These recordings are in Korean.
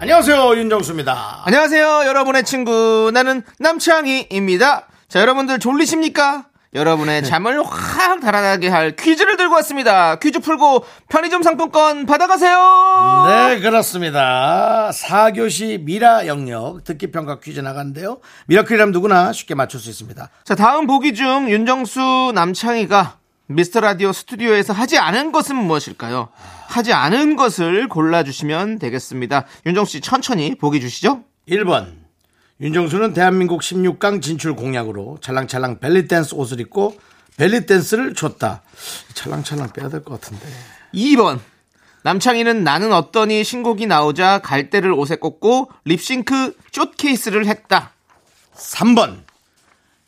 안녕하세요 윤정수입니다. 안녕하세요, 여러분의 친구. 나는 남창희입니다. 자, 여러분들 졸리십니까? 여러분의 잠을 확 달아나게 할 퀴즈를 들고 왔습니다. 퀴즈 풀고 편의점 상품권 받아가세요! 네 그렇습니다. 4교시 미라 영역 듣기 평가 퀴즈 나가는데요. 미라클이라면 누구나 쉽게 맞출 수 있습니다. 자, 다음 보기 중 윤정수 남창희가 미스터 라디오 스튜디오에서 하지 않은 것은 무엇일까요? 하지 않은 것을 골라주시면 되겠습니다. 윤정수 씨 천천히 보기 주시죠. 1번 윤정수는 대한민국 16강 진출 공약으로 찰랑찰랑 벨리댄스 옷을 입고 벨리댄스를 줬다. 찰랑찰랑 빼야 될 것 같은데. 2번 남창희는 나는 어떠니 신곡이 나오자 갈대를 옷에 꽂고 립싱크 숏케이스를 했다. 3번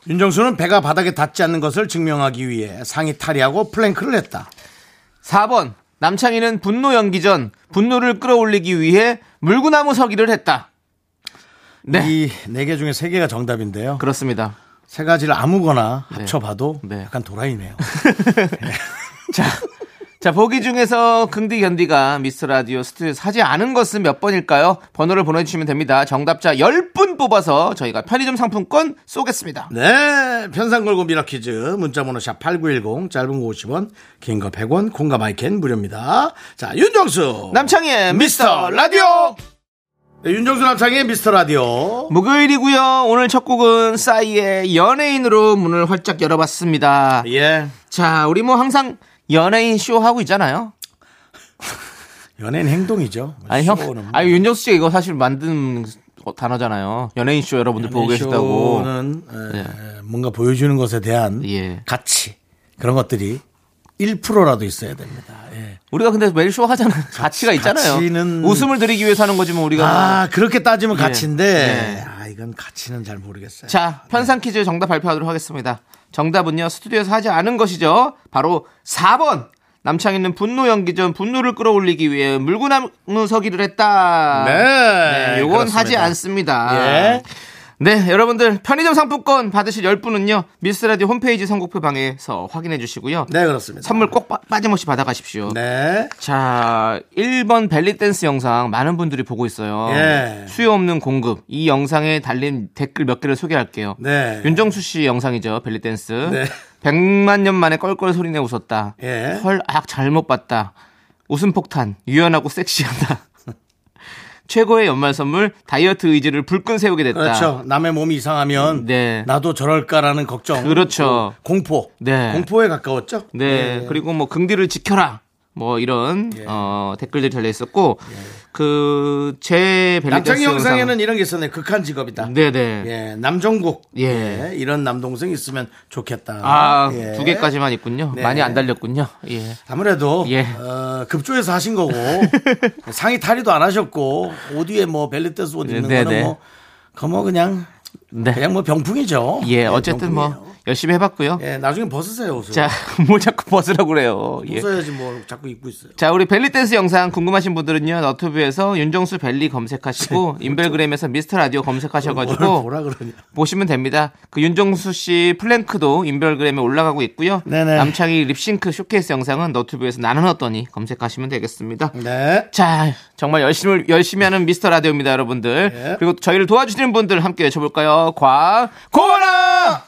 윤정수는 배가 바닥에 닿지 않는 것을 증명하기 위해 상의 탈의하고 플랭크를 했다. 4번 남창희는 분노 연기 전 분노를 끌어올리기 위해 물구나무 서기를 했다. 네 이 네 개 중에 세 개가 정답인데요. 그렇습니다. 세 가지를 아무거나 합쳐봐도 네. 약간 도라이네요. 자 보기 중에서 긍디 견디가 미스 라디오 스튜디오에서 하지 않은 것은 몇 번일까요? 번호를 보내주시면 됩니다. 정답자 10분 뽑아서 저희가 편의점 상품권 쏘겠습니다. 네, 편상 걸고 미라키즈 문자번호 샵 #8910 짧은 거 50원, 긴 거 100원, 콩과 마이캔 무료입니다. 자, 윤정수 남창희의 미스터 라디오 네, 윤정수 남창의 미스터 라디오. 뭐, 목요일이고요. 오늘 첫 곡은 싸이의 연예인으로 문을 활짝 열어봤습니다. 예, 자, 우리 뭐 항상 연예인 쇼 하고 있잖아요. 연예인 행동이죠. 아니 형, 쇼는 뭐. 아니 윤정수 씨가 이거 사실 만든 단어잖아요. 연예인 쇼 여러분들 보고 연예인 계시다고. 쇼는 에, 뭔가 보여주는 것에 대한 예. 가치 그런 것들이 1%라도 있어야 됩니다. 예. 우리가 근데 매일 쇼 하잖아요. 가치가 있잖아요. 가치는- 웃음을 드리기 위해서 하는 거지 뭐 우리가. 아, 그렇게 따지면 가치인데, 예. 아, 이건 가치는 잘 모르겠어요. 자, 편상 퀴즈 정답 발표하도록 하겠습니다. 정답은요, 스튜디오에서 하지 않은 것이죠. 바로 4번! 남창희는 분노 연기 전 분노를 끌어올리기 위해 물구나무 서기를 했다. 네, 요건 그렇습니다. 하지 않습니다. 예. 네, 여러분들 편의점 상품권 받으실 10분은요, 미스라디오 홈페이지 선곡표 방에서 확인해 주시고요. 네, 그렇습니다. 선물 꼭 빠, 빠짐없이 받아가십시오. 네. 자, 1번 벨리댄스 영상 많은 분들이 보고 있어요. 예. 수요 없는 공급. 이 영상에 달린 댓글 몇 개를 소개할게요. 네. 윤정수 씨 영상이죠. 벨리댄스. 네. 100만 년 만에 껄껄 소리내 웃었다. 예. 헐, 악 잘못 봤다. 웃음 폭탄. 유연하고 섹시하다. 최고의 연말 선물 다이어트 의지를 불끈 세우게 됐다. 그렇죠. 남의 몸이 이상하면 네. 나도 저럴까라는 걱정. 그렇죠. 그 공포. 네. 공포에 가까웠죠. 네. 예. 그리고 뭐 긍디를 지켜라. 뭐 이런 어, 댓글들이 달려 있었고 그, 그제 벨리댄스 예. 남창희 영상. 영상에는 이런 게 있었네. 극한 직업이다. 네네. 예, 남정국. 예. 예, 이런 남동생 있으면 좋겠다. 아 두 예. 개까지만 있군요. 네. 많이 안 달렸군요. 예. 아무래도 예. 어, 급조해서 하신 거고 상의 탈의도 안 하셨고 옷 위에 뭐 벨리댄스 옷 입는 네, 거는 네. 뭐 그거 뭐 그냥 네. 그냥 뭐 병풍이죠. 예, 어쨌든 뭐 병풍이에요. 열심히 해봤고요. 예, 나중에 벗으세요 옷을. 자, 뭘 자꾸 벗으라고 그래요. 예. 벗어야지 뭐 자꾸 입고 있어요. 자, 우리 벨리댄스 영상 궁금하신 분들은요, 너튜브에서 윤정수 벨리 네, 검색하시고, 그렇죠. 인별그램에서 미스터 라디오 뭘 검색하셔가지고, 보라 그러냐. 보시면 됩니다. 그 윤정수 씨 플랭크도 인별그램에 올라가고 있고요. 네네. 남창희 립싱크 쇼케이스 영상은 너튜브에서 나는 어떠니 검색하시면 되겠습니다. 네. 자, 정말 열심히, 열심히 하는 미스터 라디오입니다, 여러분들. 예. 그리고 저희를 도와주시는 분들 함께 외쳐볼까요? 과, 고라!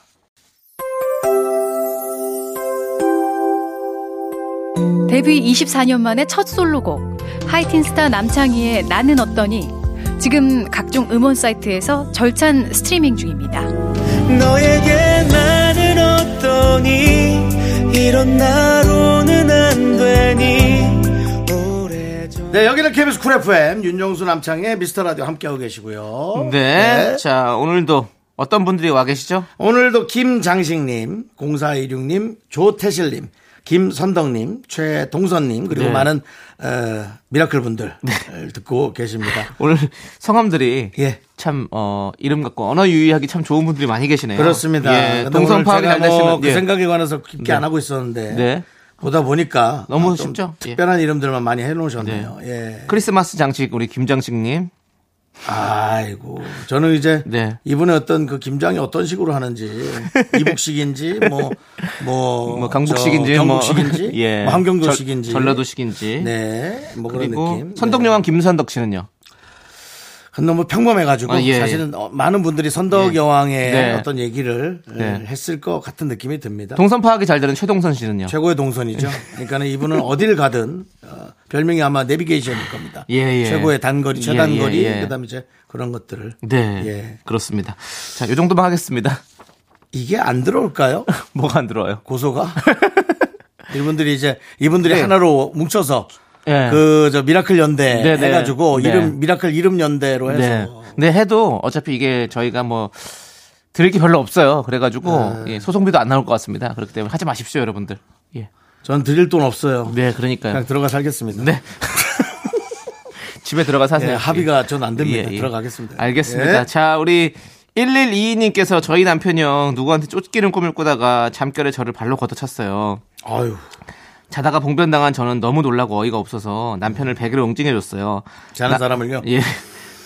데뷔 24년 만에 첫 솔로곡 하이틴스타 남창희의 나는 어떠니 지금 각종 음원 사이트에서 절찬 스트리밍 중입니다. 너에게 나는 어떠니 이런 나로는 안 되니 오래전 네, 여기는 KBS 쿨 FM 윤정수 남창의 미스터 라디오 함께하고 계시고요. 네. 네. 자, 오늘도 어떤 분들이 와 계시죠? 오늘도 김장식님, 0426님, 조태실님, 김선덕님, 최동선님 그리고 네. 많은 어, 미라클 분들 듣고 계십니다. 오늘 성함들이 예. 참 어, 이름 갖고 언어 유의하기 참 좋은 분들이 많이 계시네요. 그렇습니다. 예, 근데 동성 오늘 파악이 제가 잘 뭐그 되시는 예. 생각에 관해서 깊게 안 하고 있었는데 네. 보다 보니까 너무 아, 좀 쉽죠? 예. 특별한 이름들만 많이 해놓으셨네요. 예. 크리스마스 장식 우리 김장식님. 아이고 저는 이제 네. 이분의 어떤 그 김장이 어떤 식으로 하는지 이북식인지 뭐, 뭐뭐 뭐 강북식인지 경북식인지 뭐, 예. 뭐 함경도식인지 절- 전라도식인지 네뭐 그런 그리고 느낌 선덕여왕 김선덕 씨는요. 네. 너무 평범해가지고 아, 예, 사실은 어, 많은 분들이 선덕 여왕의 네. 어떤 얘기를 네. 예, 했을 것 같은 느낌이 듭니다. 동선 파악이 잘 되는 최동선 씨는요. 최고의 동선이죠. 그러니까는 이분은 어딜 가든 어, 별명이 아마 내비게이션일 겁니다. 예, 예. 최고의 단거리, 예, 최단거리, 예, 예. 그다음 이제 그런 것들을. 네. 예. 그렇습니다. 자, 요 정도만 하겠습니다. 이게 안 들어올까요? 뭐가 안 들어와요? 고소가? 이분들이 이제 이분들이 네. 하나로 뭉쳐서 예. 그 저 미라클 연대 네, 네. 해가지고 네. 이름 미라클 이름 연대로 해서 네. 네, 해도 어차피 이게 저희가 뭐 드릴 게 별로 없어요. 그래가지고 네. 예, 소송비도 안 나올 것 같습니다. 그렇기 때문에 하지 마십시오, 여러분들. 예. 전 드릴 돈 없어요. 네, 그러니까요. 그냥 들어가 살겠습니다. 네. 집에 들어가 사세요. 예, 합의가 전 안 됩니다. 예, 예. 들어가겠습니다. 알겠습니다. 예. 자, 우리 1122님께서 저희 남편이요. 누구한테 쫓기는 꿈을 꾸다가 잠결에 저를 발로 걷어찼어요. 아유. 자다가 봉변당한 저는 너무 놀라고 어이가 없어서 남편을 베개로 웅진해줬어요. 자는 사람을요? 예.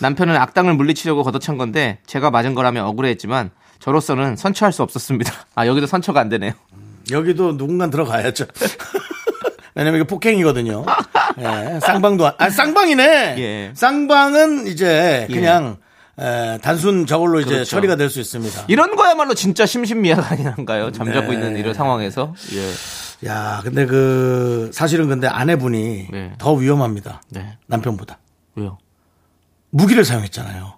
남편은 악당을 물리치려고 걷어찬 건데 제가 맞은 거라면 억울했지만 저로서는 선처할 수 없었습니다. 아 여기도 선처가 안 되네요. 여기도 누군간 들어가야죠. 왜냐면 이게 폭행이거든요. 예, 쌍방도 안- 아 쌍방이네. 예. 쌍방은 이제 그냥 에, 단순 저걸로 이제 그렇죠. 처리가 될 수 있습니다. 이런 거야말로 진짜 심신미약 아니란가요? 잠자고 있는 이런 상황에서. 예. 야, 근데 그 사실은 근데 아내분이 네. 더 위험합니다. 네. 남편보다 왜요? 무기를 사용했잖아요.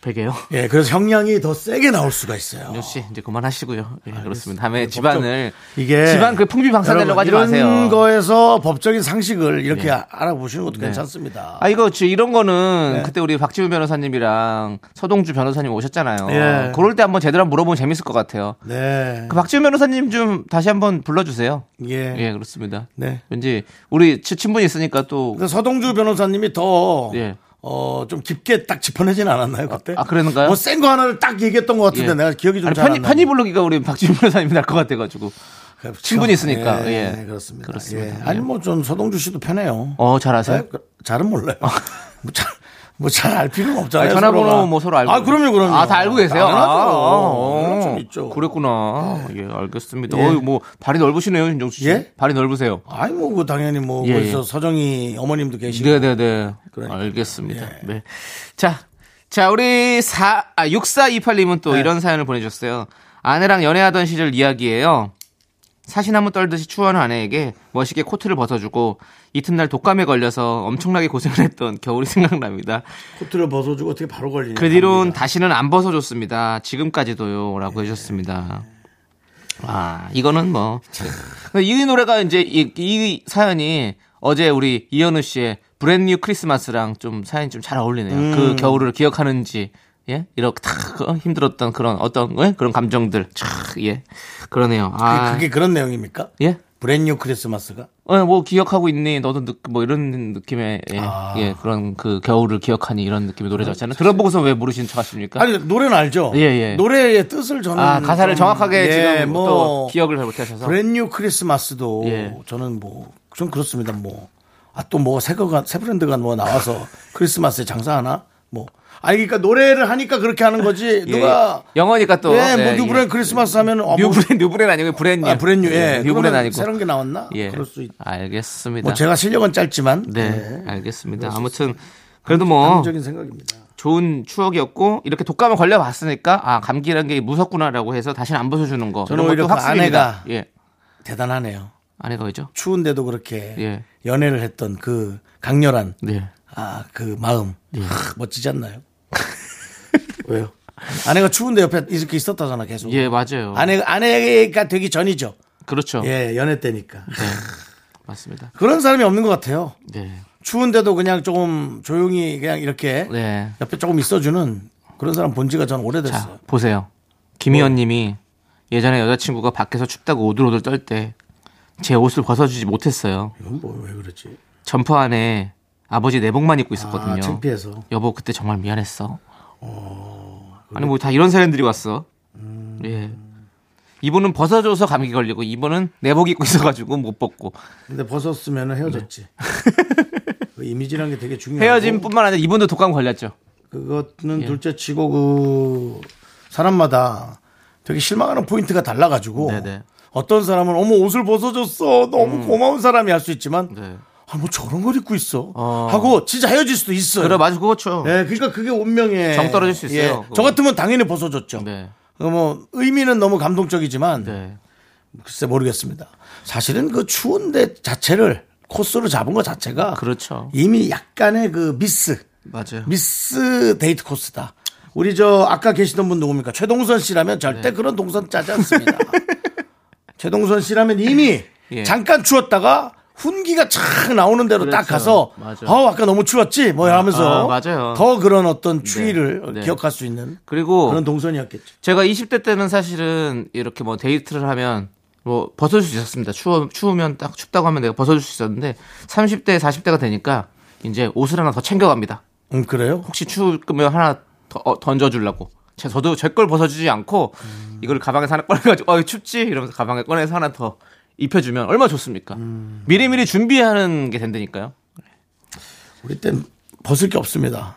베개요? 예, 그래서 형량이 더 세게 나올 수가 있어요. 역시 이제 그만하시고요. 예, 그렇습니다. 다음에 집안을 이게 집안 그 풍비 방사되려고 하지 여러분, 이런 마세요. 예. 거에서 법적인 상식을 이렇게 알아보시는 것도 괜찮습니다. 네. 아 이거 지- 이런 거는 그때 우리 박지훈 변호사님이랑 서동주 변호사님 오셨잖아요. 예. 그럴 때 한번 제대로 한번 물어보면 재밌을 것 같아요. 네. 그 박지훈 변호사님 좀 다시 한번 불러주세요. 예. 예, 그렇습니다. 네. 왠지 우리 치- 친분이 있으니까 또 근데 서동주 변호사님이 더, 예. 어, 좀 깊게 딱 짚어내진 않았나요, 그때? 아, 그랬는가요? 뭐 센 거 하나를 딱 얘기했던 것 같은데 예. 내가 기억이 좀 아니, 잘 안 편이 나. 편이 부르기가 우리 박지훈 변호사님이 날 것 같아가지고 친분이 있으니까, 예, 예. 그렇습니다. 그렇습니다. 예. 아니, 뭐 좀 서동주 씨도 편해요. 어 잘하세요. 네? 그- 잘은 몰라요. 뭐 잘, 뭐 잘 알 필요는 없잖아요. 아. 아니, 전화번호 서로가. 뭐 서로 알고. 아, 그럼요, 그럼요. 아, 다 알고 계세요? 당연하죠. 아, 어. 그런 좀 있죠. 네. 그랬구나. 예, 알겠습니다. 어유, 뭐, 발이 넓으시네요, 윤정수 씨. 예? 발이 넓으세요. 아이, 뭐, 그 당연히 뭐, 예, 거기서 예. 서정희 어머님도 계시고. 네네네. 그러니까요. 예. 알겠습니다. 네. 자, 자, 우리 4, 아, 6428님은 네. 또 이런 사연을 보내주셨어요. 아내랑 연애하던 시절 이야기예요. 사시나무 떨듯이 추운 아내에게 멋있게 코트를 벗어주고 이튿날 독감에 걸려서 엄청나게 고생을 했던 겨울이 생각납니다. 코트를 벗어주고 어떻게 바로 걸리냐. 그 뒤론 다시는 안 벗어줬습니다. 지금까지도요. 예. 라고 해주셨습니다. 아, 이거는 뭐. 근데 이 노래가 이제 이, 이 사연이 어제 우리 이현우 씨의 브랜뉴 크리스마스랑 좀 사연이 좀 잘 어울리네요. 음. 그 겨울을 기억하는지. 예? 이렇게 탁 어, 힘들었던 그런 어떤 예? 그런 감정들. 촥 예. 그러네요. 아. 그게 그런 내용입니까? 예? 브랜뉴 크리스마스가? 어, 뭐 기억하고 있니? 너도 느, 뭐 이런 느낌의 예, 아. 예, 그런 그 겨울을 기억하니 이런 느낌의 노래였잖아요. 들어보고서 왜 모르시는 척하십니까? 아니 노래는 알죠. 예, 예. 노래의 뜻을 저는 아 가사를 좀- 정확하게 음, 예, 지금 또 기억을 잘 못하셔서 브랜뉴 크리스마스도 예. 저는 뭐 좀 그렇습니다. 뭐 아 또 뭐 새거가 새 브랜드가 뭐 나와서 크리스마스에 장사하나 뭐 아니 그러니까 노래를 하니까 그렇게 하는 거지 예, 누가 영어니까 또 예, 뭐 예, 뉴브랜 예. 크리스마스 하면 어, 뭐, 뉴브랜 뉴브랜 아니고 브랜뉴 아, 브랜뉴 예, 뉴브랜 그거는 아니고 새로운 게 나왔나 예 그럴 수 있. 알겠습니다 뭐 제가 실력은 짧지만 네, 네. 알겠습니다 아무튼 그래도 뭐 긍정적인 생각입니다. 좋은 추억이었고 이렇게 독감에 걸려봤으니까 아 감기란 게 무섭구나라고 해서 다시는 안 벗어주는 거 저는 이런 것도 오히려 그 확실입니다. 아내가- 예 대단하네요. 아내가 왜죠 추운데도 그렇게 예. 연애를 했던 그 강렬한 네 아 그 마음 아, 멋지지 않나요? 왜요? 아내가 추운데 옆에 이렇게 있었다잖아 계속. 예, 맞아요 아내 아내가 되기 전이죠. 그렇죠 네. 예 연애 때니까 맞습니다 그런 사람이 없는 것 같아요. 네 추운데도 그냥 조금 조용히 그냥 이렇게 네. 옆에 조금 있어주는 그런 사람 본 지가 전 오래됐어요. 자, 보세요. 김희원 님이 예전에 여자친구가 밖에서 춥다고 오들오들 떨 때 제 옷을 벗어주지 못했어요. 이건 뭐 왜 그러지? 점퍼 안에 아버지 내복만 입고 있었거든요. 아, 창피해서. 여보 그때 정말 미안했어. 아니 뭐 다 이런 사연들이 왔어. 음. 예. 이분은 벗어줘서 감기 걸리고 이분은 내복 입고 있어가지고 못 벗고 근데 벗었으면 헤어졌지. 그 이미지라는 게 되게 중요해요. 헤어짐뿐만 아니라 이분도 독감 걸렸죠. 네. 예. 그거는 둘째 치고 그 사람마다 되게 실망하는 포인트가 달라가지고 네네. 음. 어떤 사람은 어머 옷을 벗어줬어 너무 고마운 사람이 할 수 있지만 네. 아 뭐 저런 걸 입고 있어 어. 하고 진짜 헤어질 수도 있어요. 그래 맞아 그거죠. 예, 그러니까 그게 운명에 정 떨어질 수 있어요, 그거. 저 같으면 당연히 벗어줬죠. 네. 그뭐 의미는 너무 감동적이지만 네. 글쎄 모르겠습니다. 사실은 그 추운데 자체를 코스로 잡은 것 자체가 그렇죠. 이미 약간의 그 미스 맞아요. 미스 데이트 코스다. 우리 저 아까 계시던 분 누굽니까? 최동선 씨라면 네. 절대 그런 동선 짜지 않습니다. 최동선 씨라면 이미 예. 잠깐 추웠다가 훈기가 착 나오는 대로 딱 그렇죠. 가서 맞아. 어 아까 너무 추웠지 뭐 하면서 아, 맞아요. 더 그런 어떤 추위를 네. 기억할 수 있는 그리고 그런 동선이었겠죠. 제가 20대 때는 사실은 이렇게 뭐 데이트를 하면 뭐 벗어줄 수 있었습니다. 추워, 추우면 딱 춥다고 하면 내가 벗어줄 수 있었는데 30대, 40대가 되니까 이제 옷을 하나 더 챙겨갑니다. 음 그래요? 혹시 추우면 하나 더, 어, 던져주려고. 제, 저도 제 걸 벗어주지 않고 음. 이걸 가방에서 하나 꺼내가지고 어, 춥지? 이러면서 가방에 꺼내서 하나 더 입혀주면 얼마나 좋습니까? 음. 미리미리 준비하는 게 된다니까요. 우리 땐 벗을 게 없습니다.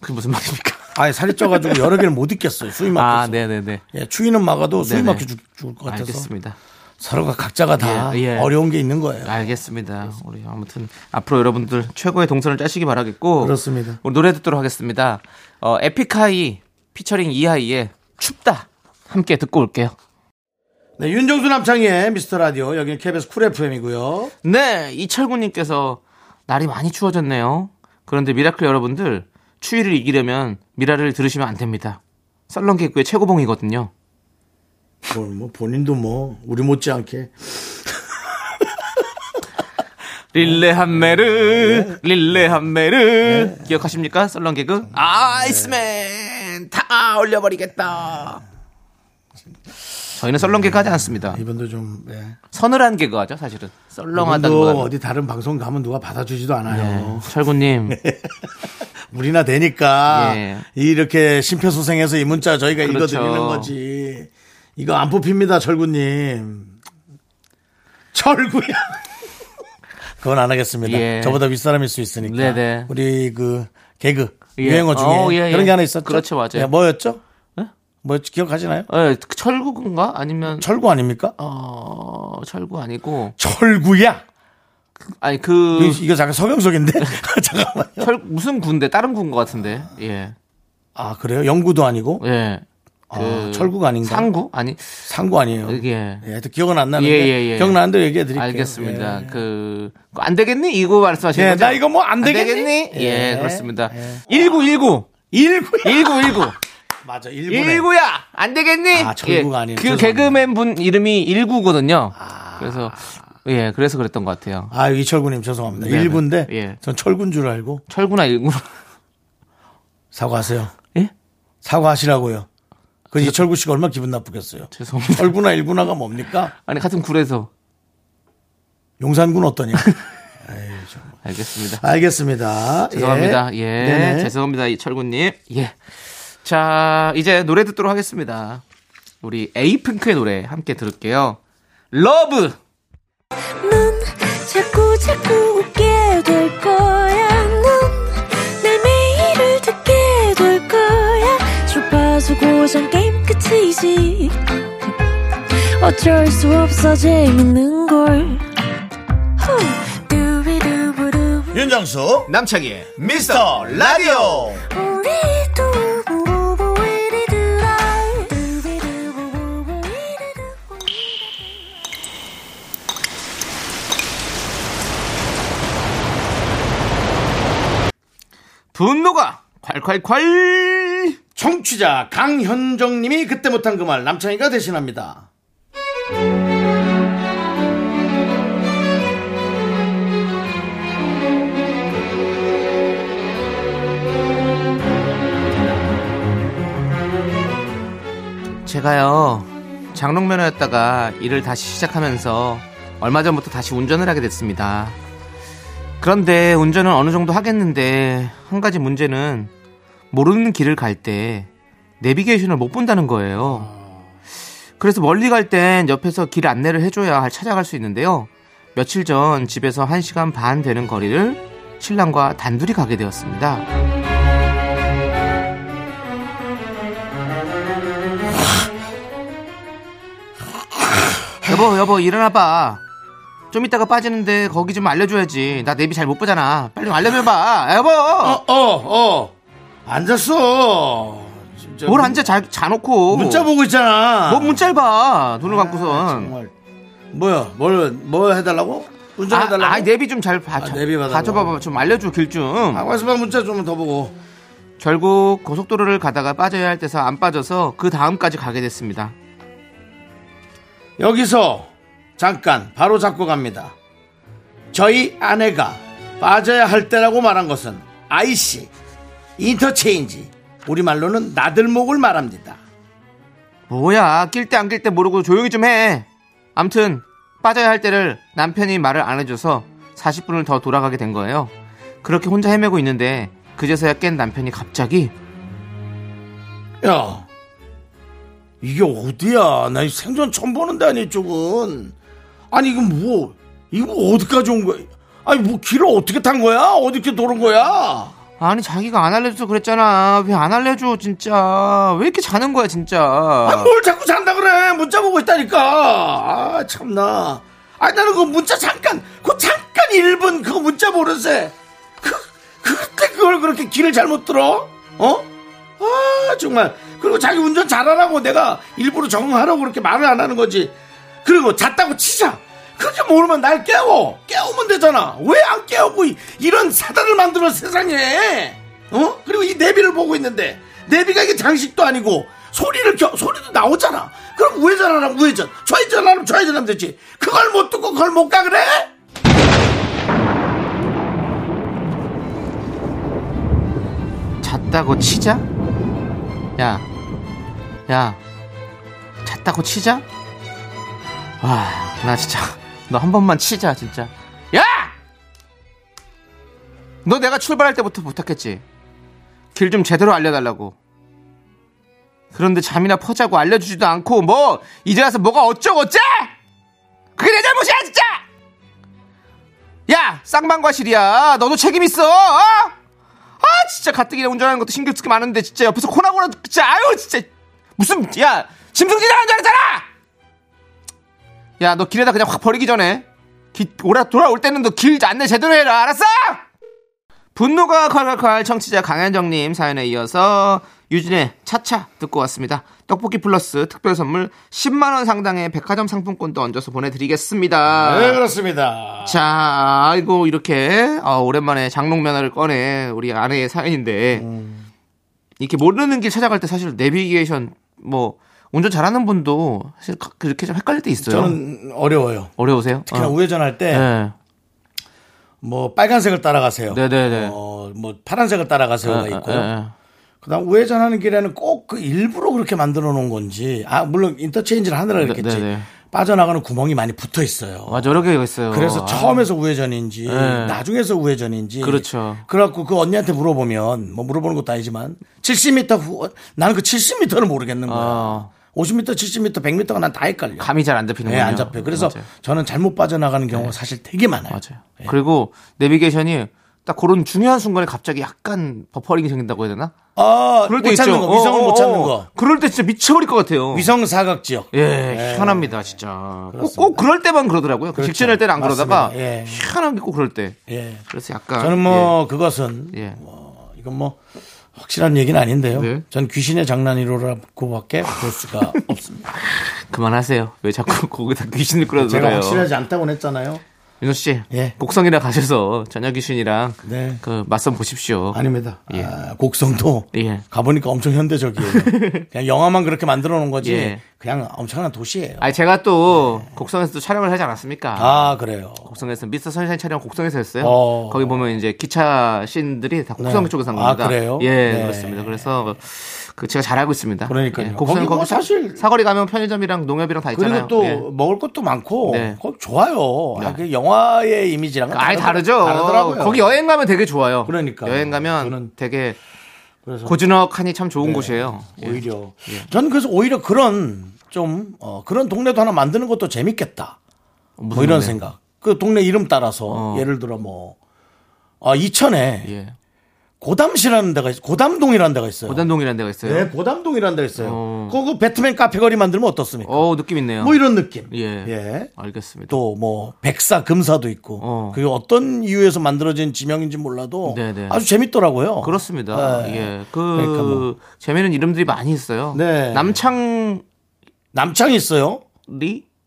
그게 무슨 말입니까? 아예 살이 쪄가지고 여러 개를 못 입겠어요. 수위 아, 막혀서. 네네네. 예, 추위는 막아도 수위 네네. 막혀 죽- 죽을 것 같아서 알겠습니다. 서로가 각자가 다 예, 예. 어려운 게 있는 거예요. 알겠습니다. 우리 아무튼 앞으로 여러분들 최고의 동선을 짜시기 바라겠고 그렇습니다. 우리 노래 듣도록 하겠습니다. 어, 에픽하이 피처링 이하이의 춥다 함께 듣고 올게요. 네, 윤정수 남창희의 미스터 라디오 여기는 KBS 쿨 FM이고요. 네, 이철구님께서 날이 많이 추워졌네요. 그런데 미라클 여러분들 추위를 이기려면 미라를 들으시면 안 됩니다. 썰렁개구의 최고봉이거든요. 뭐, 뭐 본인도 뭐 우리 못지않게 릴레 네. 함메르, 릴레 함메르. 기억하십니까? 썰렁개그? 아이스맨, 다 올려버리겠다. 저희는 썰렁개그 하지 않습니다. 이분도 좀 예. 서늘한 개그 하죠, 사실은. 썰렁하다는 이분도 거. 어디 다른 네. 방송 가면 누가 받아주지도 않아요. 철구님, 우리나 되니까 예. 이렇게 심폐소생해서 이 문자 저희가 그렇죠. 읽어드리는 거지. 이거 안 뽑힙니다, 철구님. 철구야. 그건 안 하겠습니다. 예. 저보다 윗사람일 수 있으니까. 네네. 우리 그 개그 예. 유행어 중에 어, 예, 예. 그런 게 하나 있었죠. 그렇죠, 맞아요. 예, 뭐였죠? 예? 뭐였지 기억하시나요? 에, 어, 그 철구인가? 아니면 철구 아닙니까? 어, 철구 아니고 철구야. 아니 그 이거 잠깐 서경석인데 잠깐만요. 철, 무슨 군데 다른 군인 것 같은데 예 아 그래요? 영구도 아니고 예. 아, 그 철구가 아닌가? 상구 아니 상구 아니에요. 이게 예, 하여튼 기억은 안 나는데 예, 예, 예. 기억나는데 얘기해 드릴게요. 알겠습니다 그안 되겠니 이거 말씀하시는 예, 거죠 나 이거 뭐 안 되겠니? 예, 예. 그렇습니다 1919 일구 1919 맞아. 일구. 19야 안 되겠니 아, 철구가 아니에요. 그 죄송합니다. 개그맨 분 이름이 19거든요 그래서 예 그래서 그랬던 것 같아요 아, 이철구님 죄송합니다. 네네. 일구인데 예. 전 철군 줄 알고 철구나 19 사과하세요. 예 사과하시라고요. 그 이철구 씨가 얼마나 기분 나쁘겠어요. 죄송합니다 철구나 일구나가 뭡니까? 아니 같은 굴에서 용산군 어떠냐? 알겠습니다 알겠습니다. 죄송합니다. 예. 아, 네네. 죄송합니다. 이 철구님. 예. 자, 이제 노래 듣도록 하겠습니다. 우리 에이핑크의 노래 함께 들을게요. 러브! 넌 자꾸 자꾸 웃게 될 거야. 넌내 매일을 듣게 될 거야. 주파수 고정 게임 끝이지. 어쩔 수 없어 재밌는 걸. 후. 두비두부두. 윤정수 남창희의 미스터 라디오. 우리 두부부부 우리 두라. 두비두부부부 우리 두부부. 분노가 콸콸콸! 청취자 강현정님이 그때 못한 그 말 남창희가 대신합니다. 제가요 장롱면허였다가 일을 다시 시작하면서 얼마 전부터 다시 운전을 하게 됐습니다. 그런데 운전은 어느 정도 하겠는데 한 가지 문제는 모르는 길을 갈 때 내비게이션을 못 본다는 거예요. 그래서 멀리 갈 땐 옆에서 길 안내를 해줘야 할- 찾아갈 수 있는데요. 며칠 전 집에서 1시간 반 되는 거리를 신랑과 단둘이 가게 되었습니다. 여보, 여보, 일어나봐. 좀 이따가 빠지는데 거기 좀 알려줘야지. 나 내비 잘 못 보잖아. 빨리 좀 알려줘봐. 여보! 어, 어, 어. 앉았어. 진짜. 뭘 앉아 잘 자놓고. 문자 보고 있잖아. 뭐 문자를 봐. 눈을 아, 감고선. 정말. 뭐야, 뭘, 뭐 해달라고? 운전해달라고? 아, 아, 내비 좀 잘 봐. 아, 내비 봐달라고. 봐줘봐봐. 좀 알려줘, 길 좀. 아, 와서 봐, 문자 좀 더 보고. 결국 고속도로를 가다가 빠져야 할 때서 안 빠져서 그 다음까지 가게 됐습니다. 여기서 잠깐 바로 잡고 갑니다. 저희 아내가 빠져야 할 때라고 말한 것은 IC, 인터체인지, 우리말로는 나들목을 말합니다. 뭐야, 낄 때 안 낄 때 모르고 조용히 좀 해. 암튼, 빠져야 할 때를 남편이 말을 안 해줘서 40분을 더 돌아가게 된 거예요. 그렇게 혼자 헤매고 있는데, 그제서야 깬 남편이 갑자기, 야, 이게 어디야? 나이 생전 처음 보는데 아니 이쪽은. 아니 이건 뭐? 이거 어디까지 온 거야? 아니 뭐 길을 어떻게 탄 거야? 어떻게 도는 거야? 아니, 자기가 안 알려줘서 그랬잖아. 왜 안 알려줘, 진짜. 왜 이렇게 자는 거야, 진짜. 아뭘 자꾸 잔다 그래? 문자 보고 있다니까. 아 참나. 아니 나는 그 문자 잠깐, 그 잠깐 1분 그 문자 보는새. 그 그때 그걸 그렇게 길을 잘못 들어? 어? 아 정말. 그리고 자기 운전 잘하라고 내가 일부러 정하라고 그렇게 말을 안 하는 거지. 그리고 잤다고 치자. 그렇게 모르면 날 깨워. 깨우면 되잖아. 왜 안 깨우고 이- 이런 사단을 만들어 세상에. 어? 그리고 이 내비를 보고 있는데 내비가 이게 장식도 아니고 소리를 켜 소리도 나오잖아. 그럼 우회전하라면 우회전, 좌회전하라면 좌회전하면 되지. 그걸 못 듣고 그걸 못 가 그래? 잤다고 치자? 야, 야, 잤다고 치자? 와, 나 진짜, 너 한 번만 치자, 진짜. 야! 너 내가 출발할 때부터 부탁했지. 길 좀 제대로 알려달라고. 그런데 잠이나 퍼자고 알려주지도 않고, 뭐, 이제 와서 뭐가 어쩌고어째! 그게 내 잘못이야, 진짜! 야! 쌍방과실이야. 너도 책임있어! 어? 아 진짜 가뜩이나 운전하는 것도 신경 쓰기 많은데 진짜 옆에서 코나고나 진짜 아유 진짜 무슨 야 짐승질 하는 줄 알았잖아 야 너 길에다 그냥 확 버리기 전에 기, 오라, 돌아올 때는 너 길 안내 제대로 해라 알았어 분노가 콸콸콸 청취자 강현정님 사연에 이어서 유진의 차차 듣고 왔습니다 떡볶이 플러스 특별 선물 10만원 상당의 백화점 상품권도 얹어서 보내드리겠습니다 네, 그렇습니다. 아. 자, 아이고 이렇게 어, 오랜만에 장롱 면허를 꺼낸 우리 아내의 사연인데 이렇게 모르는 길 찾아갈 때 사실 내비게이션 뭐 운전 잘하는 분도 사실 가- 그렇게 좀 헷갈릴 때 있어요. 저는 어려워요. 어려우세요? 특히나 어. 우회전할 때 뭐 네. 빨간색을 따라가세요. 네네네. 어, 뭐 파란색을 따라가세요가 네, 있고요. 네, 네. 그다음 우회전하는 길에는 꼭 그 일부러 그렇게 만들어 놓은 건지 아 물론 인터체인지를 하느라 그랬겠지 네, 네. 빠져나가는 구멍이 많이 붙어 있어요. 맞아, 여러 개가 있어요. 그래서 아, 처음에서 우회전인지 네. 나중에서 우회전인지 그렇죠. 그래갖고 그 언니한테 물어보면 뭐 물어보는 것도 아니지만 70m 후 나는 그 70m를 모르겠는 거야. 어. 50m, 70m, 100m가 난 다 헷갈려. 감이 잘 안 잡히는 네, 거예요. 안 잡혀. 그래서 예. 맞아요. 네. 저는 잘못 빠져나가는 경우가 사실 되게 많아요. 맞아요. 그리고 내비게이션이 딱 그런 중요한 순간에 갑자기 약간 버퍼링이 생긴다고 해야 되나? 아, 그럴 때 못 찾는 있죠. 거, 위성을 어, 어, 못 찾는 어. 거. 그럴 때 진짜 미쳐버릴 것 같아요. 위성 사각 지역. 예, 희한합니다, 진짜. 꼭, 꼭 그럴 때만 그러더라고요. 직진할 때는 안 그러다가 그렇죠. 맞습니다. 예. 희한하게 꼭 그럴 때. 예. 그래서 약간 저는 뭐 그것은 아, 예. 예. 뭐 이건 뭐 확실한 얘기는 아닌데요. 네. 아. 전 귀신의 장난이로라고밖에 볼 수가 없습니다. 그만하세요. 왜 자꾸 거기다 귀신을 예. 제가 끌어들어요? 확실하지 않다고 했잖아요. 윤호 씨, 예. 곡성이나 가셔서 저녁 귀신이랑 네. 그 맞선 보십시오. 아닙니다. 예. 아, 곡성도 예. 가보니까 엄청 현대적이에요. 그냥 영화만 그렇게 만들어 놓은 거지 예. 그냥 엄청난 도시예요. 아니, 제가 또 곡성에서 또 촬영을 하지 않았습니까? 아 그래요. 곡성에서 미스터 선샤인 촬영 곡성에서 했어요. 어. 거기 보면 이제 기차 씬들이 다 곡성 네. 쪽에서 한 겁니다. 아, 그래요? 예, 네. 그렇습니다. 그래서 그 제가 잘 알고 있습니다. 그러니까요. 예, 곡수는 거기 뭐 거기 사- 사실- 사거리 가면 편의점이랑 농협이랑 다 그리고 있잖아요. 또 예. 먹을 것도 많고 네. 그거 좋아요. 아, 그 영화의 이미지랑 그러니까 아예 다르죠. 다르더라고요. 거기 어- 여행 가면 되게 좋아요. 그러니까요. 여행 가면 저는 되게 그래서 고즈넉하니 참 좋은 곳이에요. 예. 오히려 저는 그래서 오히려 그런 좀 어, 그런 동네도 하나 만드는 것도 재밌겠다. 뭐 이런 생각. 그 동네 이름 따라서 어. 예를 들어 뭐 아, 이천에 예. 고담시라는 데가 있, 고담동이라는 데가 있어요. 고단동이라는 데가 있어요. 네, 고담동이라는 데가 있어요. 어. 그거 배트맨 카페 거리 만들면 어떻습니까? 어 느낌 있네요. 뭐 이런 느낌. 예. 예. 알겠습니다. 또 뭐 백사 금사도 있고 어. 그게 어떤 이유에서 만들어진 지명인지 몰라도 네네. 아주 재밌더라고요. 그렇습니다. 네. 예. 그 그러니까 뭐. 재미있는 이름들이 많이 있어요. 네. 남창리 남창이 있어요.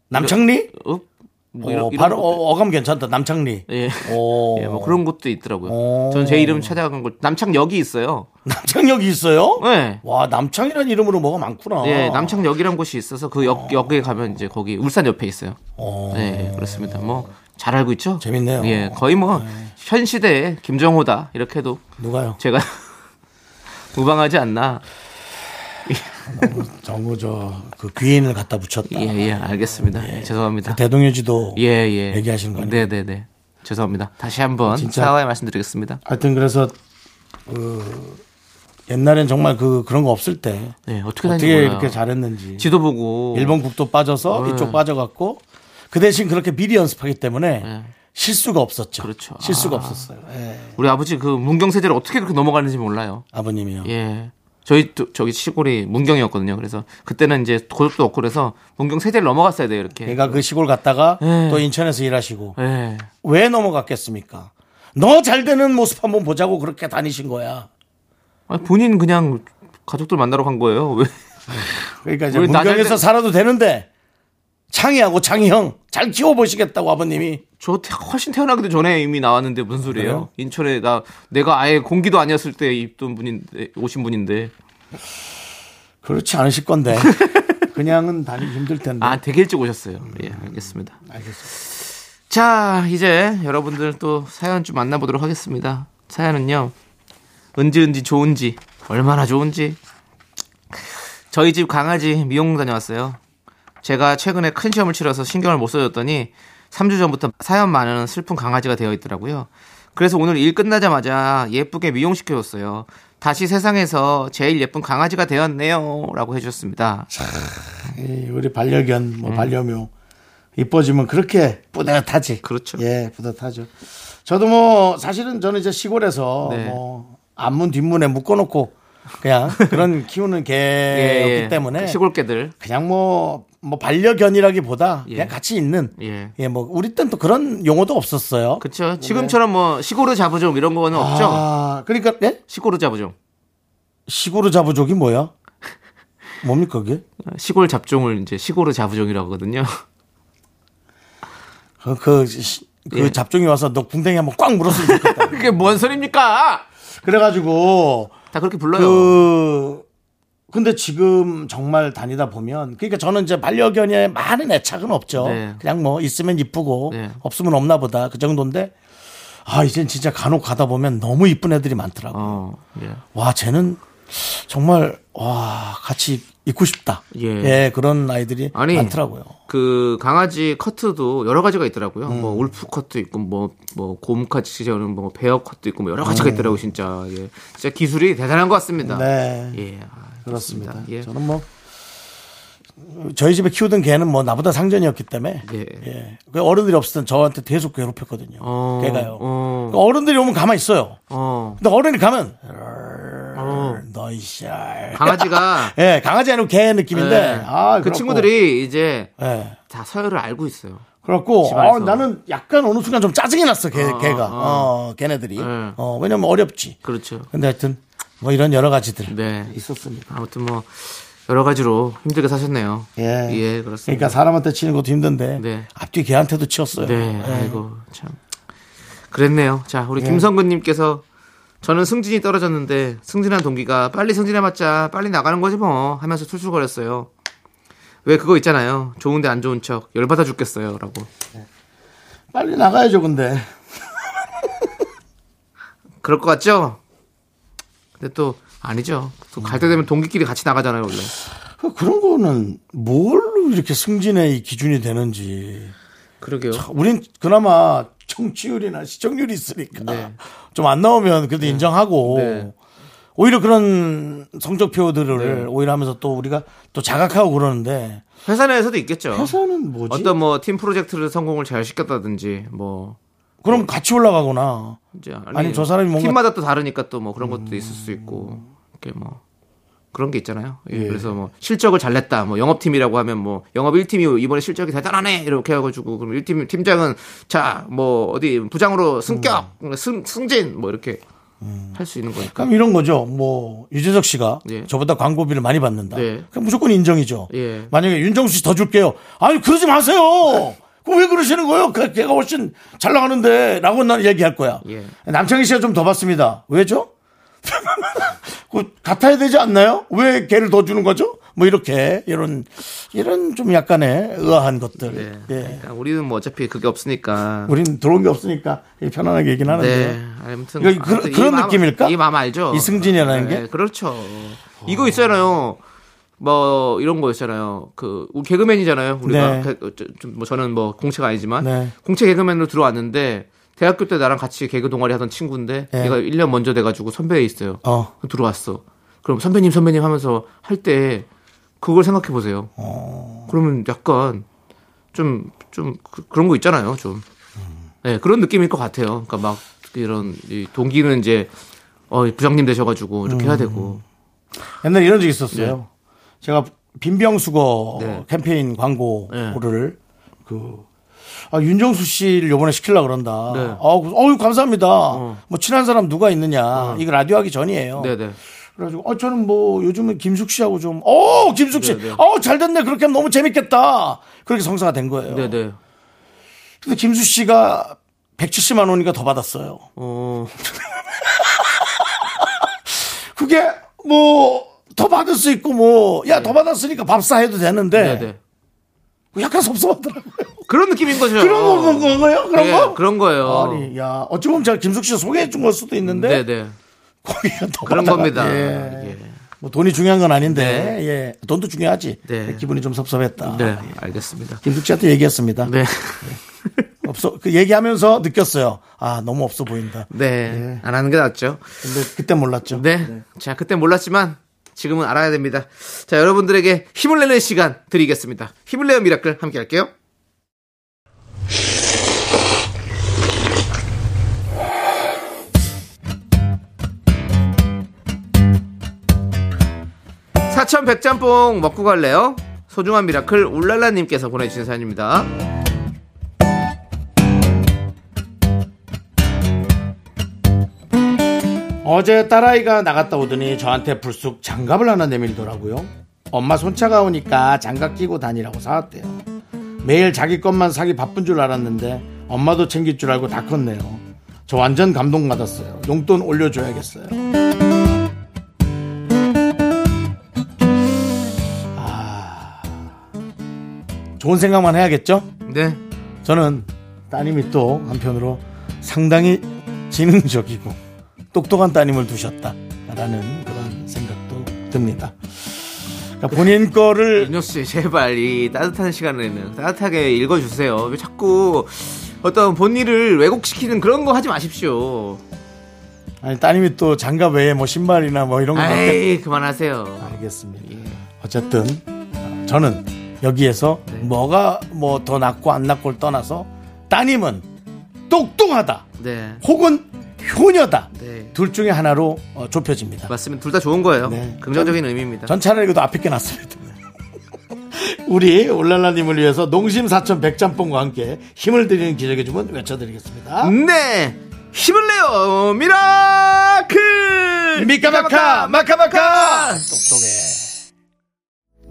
남창리? 읍? 뭐 어, 이런, 바로 이런 것도- 어, 감 괜찮다. 남창리. 예. 오. 예, 뭐 그런 것도 있더라고요. 오. 전 제 이름 찾아간 걸 남창역이 있어요. 남창역이 있어요? 네. 와 남창이라는 이름으로 뭐가 많구나. 예, 남창역이란 곳이 있어서 그 역, 역에 가면 이제 거기 울산 옆에 있어요. 어. 네, 그렇습니다. 뭐 잘 알고 있죠? 재밌네요. 예, 거의 뭐 현 시대의 김정호다 이렇게 해도 누가요? 제가 무방하지 않나. 정우 저그 귀인을 갖다 붙였다. 예, 예, 알겠습니다. 예, 죄송합니다. 아, 그 대동여지도 예, 예. 얘기하시는 거아니에요 네, 네, 네. 죄송합니다. 다시 한번 진짜- 사과의 말씀드리겠습니다. 하여튼 그래서 그, 옛날엔 정말 그 그런 거 없을 때 네, 어떻게 다니는 어떻게 거예요? 이렇게 잘했는지 지도 예. 보고 일본 국도 빠져서 이쪽 빠져갔고 그 대신 그렇게 미리 연습하기 때문에 실수가 없었죠. 예. 그렇죠. 실수가 아. 없었어요. 예. 우리 아버지 그 문경세제를 어떻게 그렇게 넘어가는지 몰라요. 아버님이요. 예. 저희 또- 저기 시골이 문경이었거든요. 그래서 그때는 이제 고속도 없고 그래서 문경 세제를 넘어갔어야 돼요, 이렇게. 얘가 그 시골 갔다가 예. 또 인천에서 일하시고 예. 왜 넘어갔겠습니까? 너 잘 되는 모습 한번 보자고 그렇게 다니신 거야. 아니, 본인 그냥 가족들 만나러 간 거예요. 왜? 그러니까 이제 우리 나잘 문경에서 된- 살아도 되는데 창희하고 창희형 잘 키워보시겠다고 아버님이 저 태- 훨씬 태어나기도 전에 이미 나왔는데 무슨 소리예요? 인천에 나 내가 아예 공기도 아니었을 때 입던 분인데 오신 분인데 그렇지 않으실 건데 그냥은 다니기 힘들 텐데 아 되게 일찍 오셨어요. 예, 알겠습니다. 알겠습니다. 자 이제 여러분들 또 사연 좀 만나보도록 하겠습니다. 사연은요 은지 은지 좋은지 얼마나 좋은지 저희 집 강아지 미용 다녀왔어요. 제가 최근에 큰 시험을 치러서 신경을 못 써줬더니 3주 전부터 사연 많은 슬픈 강아지가 되어 있더라고요. 그래서 오늘 일 끝나자마자 예쁘게 미용시켜줬어요. 다시 세상에서 제일 예쁜 강아지가 되었네요. 라고 해주셨습니다. 이 우리 반려견 뭐 반려묘 이뻐지면 그렇게 뿌듯하지 그렇죠. 예 뿌듯하죠 저도 뭐 사실은 저는 이제 시골에서 네. 뭐 앞문 뒷문에 묶어놓고 그냥 그런 키우는 개였기 때문에 예, 그 시골 개들 그냥 뭐, 뭐 반려견이라기보다 그냥 같이 있는 예. 예. 뭐 우리 땐 또 그런 용어도 없었어요. 그렇죠 지금처럼 뭐 시골을 잡으종 이런 거는 없죠 네. 아, 그러니까 예? 시골을 잡으종 시골의 자부족이 뭐야? 뭡니까 그게? 시골 잡종을 이제 시골을 잡으종이라고 하거든요 그, 그, 시- 그 예. 잡종이 와서 너 궁뎅이 한번 꽉 물었으면 좋겠다. 그게 뭔 소리입니까 그래가지고 다 그렇게 불러요 그 근데 지금 정말 다니다 보면 그러니까 저는 이제 반려견에 많은 애착은 없죠. 네. 그냥 뭐 있으면 이쁘고 네. 없으면 없나 보다 그 정도인데 아 이젠 진짜 간혹 가다 보면 너무 이쁜 애들이 많더라고. 요 어 예. 와 쟤는 정말 와 같이 있고 싶다. 예. 예, 그런 아이들이 아니. 많더라고요. 그 강아지 커트도 여러 가지가 있더라고요 음. 뭐 울프 커트 있고 뭐 뭐 곰까지 저는 뭐 베어 커트 있고 뭐 여러 가지가 있더라고 요 진짜 예. 진짜 기술이 대단한 것 같습니다 음. 네 예 아, 그렇습니다. 예. 저는 뭐 저희 집에 키우던 개는 뭐 나보다 상전이었기 때문에 예. 예. 그 어른들이 없을 땐 저한테 계속 괴롭혔거든요. 어, 개가요. 어. 그 어른들이 오면 가만히 있어요. 어 근데 어른이 가면 어. 너이 샤. 강아지가 예, 강아지 아니고 개 느낌인데. 예. 아, 그 그렇고. 친구들이 이제 예. 다 서열을 알고 있어요 그렇고 집안에서. 아, 나는 약간 어느 순간 좀 짜증이 났어. 걔 걔가. 어. 어, 걔네들이. 예. 어, 왜냐면 어렵지. 그렇죠 근데 하여튼 뭐 이런 여러 가지들 네. 있었습니다. 아무튼 뭐 여러 가지로 힘들게 사셨네요. 예. 그렇습니다. 그러니까 사람한테 치는 것도 힘든데 네. 앞뒤 개한테도 치웠어요. 예. 네, 아이고 참 그랬네요. 자, 우리 김성근님께서 저는 승진이 떨어졌는데 승진한 동기가 빨리 승진해봤자 빨리 나가는 거지 뭐 하면서 툴툴거렸어요. 왜 그거 있잖아요. 좋은데 안 좋은 척 열받아 죽겠어요라고. 빨리 나가야죠, 근데. 그럴 것 같죠? 근데 또 아니죠. 갈 때 되면 동기끼리 같이 나가잖아요, 원래. 그런 거는 뭘로 이렇게 승진의 이 기준이 되는지. 그러게요. 우린 그나마 청취율이나 시청률이 있으니까 네. 좀 안 나오면 그래도 인정하고 네. 오히려 그런 성적표들을 오히려 하면서 또 우리가 또 자각하고 그러는데 회사 내에서도 있겠죠. 회사는 뭐지? 어떤 뭐 팀 프로젝트를 성공을 잘 시켰다든지 뭐 그럼 같이 올라가거나 이제 아니, 저 사람이 뭔가- 음. 팀마다 또 다르니까 또 뭐 그런 것도 있을 수 있고 이렇게 뭐 그런 게 있잖아요. 예, 그래서 뭐 실적을 잘 냈다. 뭐 영업팀이라고 하면 뭐 영업 1팀이 이번에 실적이 대단하네 이렇게 해가지고 그럼 1팀 팀장은 자 뭐 어디 부장으로 승격 음. 승, 승진 뭐 이렇게 할 수 있는 거니까. 그럼 이런 거죠. 뭐 유재석 씨가 예. 저보다 광고비를 많이 받는다. 네. 그럼 무조건 인정이죠. 예. 만약에 윤정수 씨 더 줄게요. 아니 그러지 마세요. 그 왜 그러시는 거예요? 그- 걔가 훨씬 잘 나가는데라고 나는 얘기할 거야. 예. 남창희 씨가 좀 더 받습니다. 왜죠? 그 같아야 되지 않나요? 왜 걔를 더 주는 거죠? 뭐 이렇게 이런 이런 좀 약간의 의아한 예. 것들. 예. 그러니까 우리는 뭐 어차피 그게 없으니까. 우린 들어온 게 없으니까 편안하게 얘기는 하는데. 네. 아무튼 이거 그- 아무튼 이 그런 마음- 느낌일까? 이 마음 알죠. 이 승진이라는 게? 그렇죠. 이거 있잖아요. 뭐 이런 거 있잖아요. 그 우리 개그맨이잖아요. 우리가 네. 개- 어, 저- 좀뭐 저는 뭐 공채가 아니지만 네. 공채 개그맨으로 들어왔는데 대학교 때 나랑 같이 개그 동아리 하던 친구인데 네. 얘가 1년 먼저 돼 가지고 선배에 있어요. 어. 들어왔어. 그럼 선배님 선배님 하면서 할 때 그걸 생각해 보세요. 어. 그러면 약간 좀, 좀 그, 런거 있잖아요. 좀. 음. 네, 그런 느낌일 것 같아요. 그러니까 막 이런 이 동기는 이제 어, 부장님 되셔가지고 이렇게 해야 되고. 음. 옛날에 이런 적이 있었어요. 제가 빈병수거 네. 캠페인 광고를 그 아, 윤정수 씨를 요번에 시키려고 그런다. 네. 아우, 어우, 감사합니다. 뭐, 친한 사람 누가 있느냐. 이거 라디오 하기 전이에요. 어. 네네. 그래가지고, 어, 저는 뭐, 요즘은 김숙 씨하고 좀, 어, 김숙 씨. 네, 네. 어, 잘 됐네. 그렇게 하면 너무 재밌겠다. 그렇게 성사가 된 거예요. 네네. 근데 김숙 씨가 170만 원인가 더 받았어요. 어, 그게 뭐, 더 받을 수 있고 뭐, 야, 더 받았으니까 밥사 해도 되는데. 네. 네네. 약간 섭섭하더라고요. 그런 느낌인 거죠. 그런 거, 뭐, 그런 거예요? 그런 네, 거? 그런 거예요. 아니, 야, 어찌 보면 제가 김숙 씨가 소개해 준 걸 수도 있는데, 네네. 거기가 더 그런 받아가- 겁니다. 예. 예. 뭐 돈이 중요한 건 아닌데, 예. 돈도 중요하지. 네. 기분이 좀 섭섭했다. 네, 알겠습니다. 김숙 씨한테 얘기했습니다. 네. 없어, 그 얘기하면서 느꼈어요. 아, 너무 없어 보인다. 네. 안 하는 게 낫죠. 근데 그때 몰랐죠. 네. 자, 그때 몰랐지만 지금은 알아야 됩니다. 자, 여러분들에게 힘을 내는 시간 드리겠습니다. 힘을 내요 미라클 함께 할게요. 사천 백짬뽕 먹고 갈래요? 소중한 미라클 울랄라님께서 보내주신 사연입니다. 어제 딸아이가 나갔다 오더니 저한테 불쑥 장갑을 하나 내밀더라고요. 엄마 손차가 오니까 장갑 끼고 다니라고 사왔대요. 매일 자기 것만 사기 바쁜 줄 알았는데 엄마도 챙길 줄 알고 다 컸네요. 저 완전 감동받았어요. 용돈 올려줘야겠어요. 아, 좋은 생각만 해야겠죠? 네. 저는 따님이 또 한편으로 상당히 지능적이고 똑똑한 따님을 두셨다라는 그런 생각도 듭니다. 그러니까 네. 본인 거를 윤혁 씨 제발 이 따뜻한 시간에는 따뜻하게 읽어주세요. 왜 자꾸 어떤 본인을 왜곡시키는 그런 거 하지 마십시오. 아니 따님이 또 장갑 외에 뭐 신발이나 뭐 이런 거 밖에- 아이 그만하세요. 알겠습니다. 어쨌든 저는 여기에서 네. 뭐가 뭐 더 낫고 안 낫고를 떠나서 따님은 똑똑하다 네 혹은 효녀다 네. 둘 중에 하나로 어, 좁혀집니다. 맞습니다. 둘 다 좋은 거예요. 네. 긍정적인 의미입니다. 전 차라리 이것도 앞에 게 낫습니다. 우리 올랄라님을 위해서 농심 사천 백짬뽕과 함께 힘을 드리는 기적의 주문 외쳐드리겠습니다. 네 힘을 내요 미라클 미카마카 마카마카 똑똑해.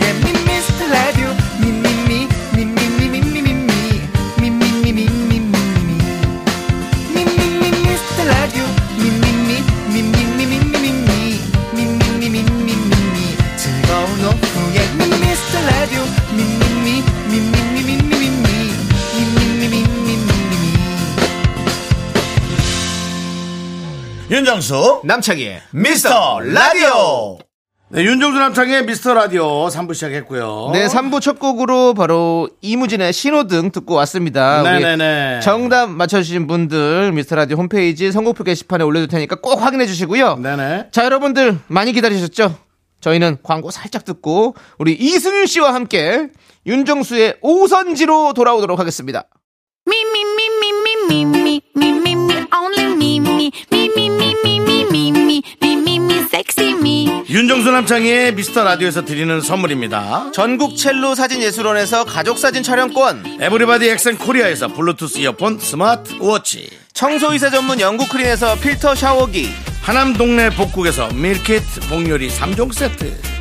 미스터 라디오 미미미 미미미 미미미 미미미 미미미 윤정수 남창희의 미스터 라디오. 네, 윤정수 남창의 미스터 라디오 3부 시작했고요. 네, 3부 첫 곡으로 바로 이무진의 신호등 듣고 왔습니다. 아, 우리 네네네. 정답 맞춰주신 분들 미스터라디오 홈페이지 선곡표 게시판에 올려둘 테니까 꼭 확인해 주시고요. 네네. 자, 여러분들 많이 기다리셨죠? 저희는 광고 살짝 듣고 우리 이승윤 씨와 함께 윤정수의 오선지로 돌아오도록 하겠습니다. Me, me, me, me, me, me, me, me, me, me, only me, me, me, me, me, me, me, me, me, me, me, me, sexy me. 윤정수 남창의 미스터 라디오에서 드리는 선물입니다. 전국 첼로 사진 예술원에서 가족 사진 촬영권, 에브리바디 엑센 코리아에서 블루투스 이어폰 스마트 워치. 청소이사 전문 영국 크린에서 필터 샤워기, 하남 동네 복국에서 밀키트 복요리 3종 세트.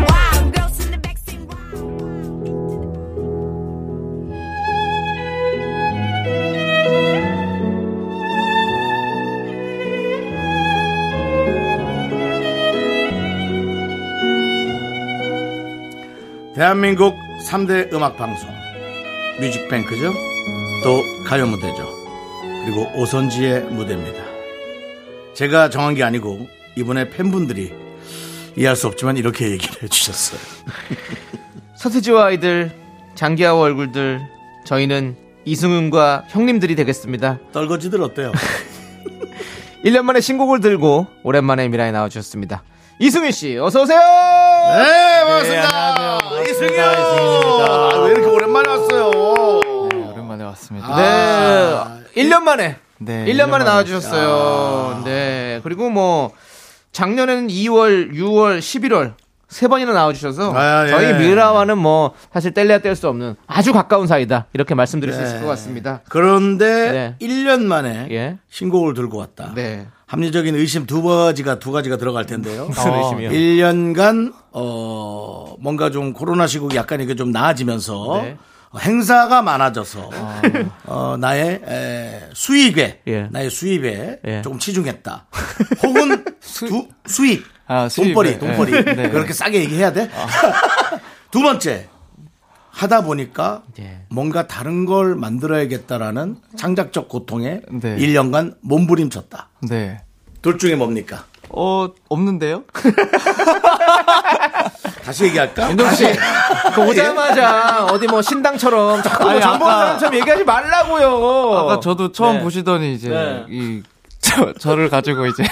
wow. Girls in the back say wow. 대한민국 3대 음악 방송. 뮤직뱅크죠. 또 가요 무대죠. 그리고 오선지의 무대입니다. 제가 정한 게 아니고 이번에 팬분들이 이해할 수 없지만 이렇게 얘기를 해주셨어요. 서태지와 아이들, 장기하와 얼굴들, 저희는 이승훈과 형님들이 되겠습니다. 떨거지들 어때요? 1년 만에 신곡을 들고 오랜만에 미라에 나와주셨습니다. 이승윤 씨, 어서 오세요. 네, 반갑습니다. 아, 이승윤. 아, 왜 이렇게 오랜만에 왔어요? 오랜만에 왔습니다. 아. 네, 1년 만에. 네, 1년 만에 아. 나와주셨어요. 네, 그리고 뭐 작년에는 2월, 6월, 11월 세 번이나 나와주셔서 아, 예. 저희 미라와는 뭐 사실 뗄래야 뗄 수 없는 아주 가까운 사이다 이렇게 말씀드릴 수 있을 네. 것 같습니다. 그런데 네. 1년 만에 예. 신곡을 들고 왔다. 네. 합리적인 의심 두 가지가 두 가지가 들어갈 텐데요. 무슨 의심이요? 1년간 어 뭔가 좀 코로나 시국이 약간 이게 좀 나아지면서 네. 어, 행사가 많아져서 어, 나의 에, 수입에 예. 나의 수입에 예. 조금 치중했다. 혹은 두, 수입, 아, 수입에, 돈벌이 돈벌이 예. 네. 아. 그렇게 싸게 얘기해야 돼. 두 번째 하다 보니까 예. 네. 뭔가 다른 걸 만들어야겠다라는 창작적 고통에 네. 1년간 몸부림쳤다. 네. 둘 중에 뭡니까? 어, 없는데요? 다시 얘기할까? 윤동 씨, 그 오자마자 어디 뭐 신당처럼 자꾸 뭐 아, 예. 아니, 정보는 아까- 사람처럼 얘기하지 말라고요. 아까 저도 처음 네. 보시더니 이제 네. 이 저, 저를 가지고 이제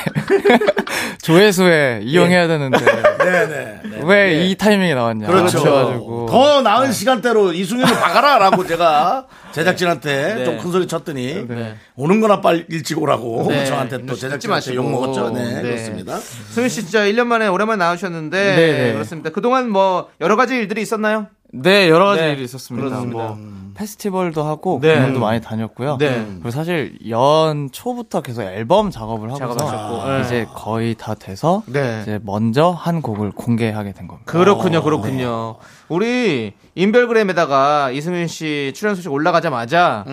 조회수에 네, 이용해야 되는데 네네. 왜 이 타이밍에 나왔냐. 그렇죠. 그래가지고 더 나은 시간대로 이승윤을 박아라라고 제가 제작진한테 네. 좀 큰 소리 쳤더니 네. 오는 거나 빨리 일찍 오라고 네. 저한테 또 네, 씻지 제작진한테 마시고. 욕 먹었죠. 네, 네. 그렇습니다. 승윤 씨 진짜 1년 만에 오랜만에 나오셨는데 네, 네. 그렇습니다. 그동안 뭐 여러 가지 일들이 있었나요? 네, 여러 가지 네, 일이 있었습니다. 그렇습니다. 음, 뭐 페스티벌도 하고 네. 공연도 많이 다녔고요. 네. 그리고 사실 연 초부터 계속 앨범 작업을 하고서 작업하셨고, 네. 이제 거의 다 돼서 네. 이제 먼저 한 곡을 공개하게 된 겁니다. 그렇군요, 그렇군요. 우리 인별그램에다가 이승윤 씨 출연 소식 올라가자마자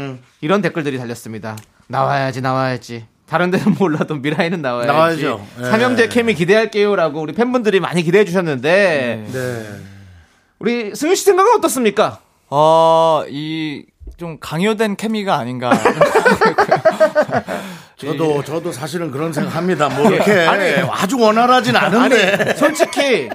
이런 댓글들이 달렸습니다. 나와야지, 나와야지. 다른 데는 몰라도 미라에는 나와야지. 나와야죠. 예. 삼형제 케미 기대할게요라고 우리 팬분들이 많이 기대해 주셨는데 우리 승윤 씨 생각은 어떻습니까? 어, 이 좀 강요된 케미가 아닌가. 저도 저도 사실은 그런 생각합니다. 뭐 이렇게 아주 원활하진 않은데 솔직히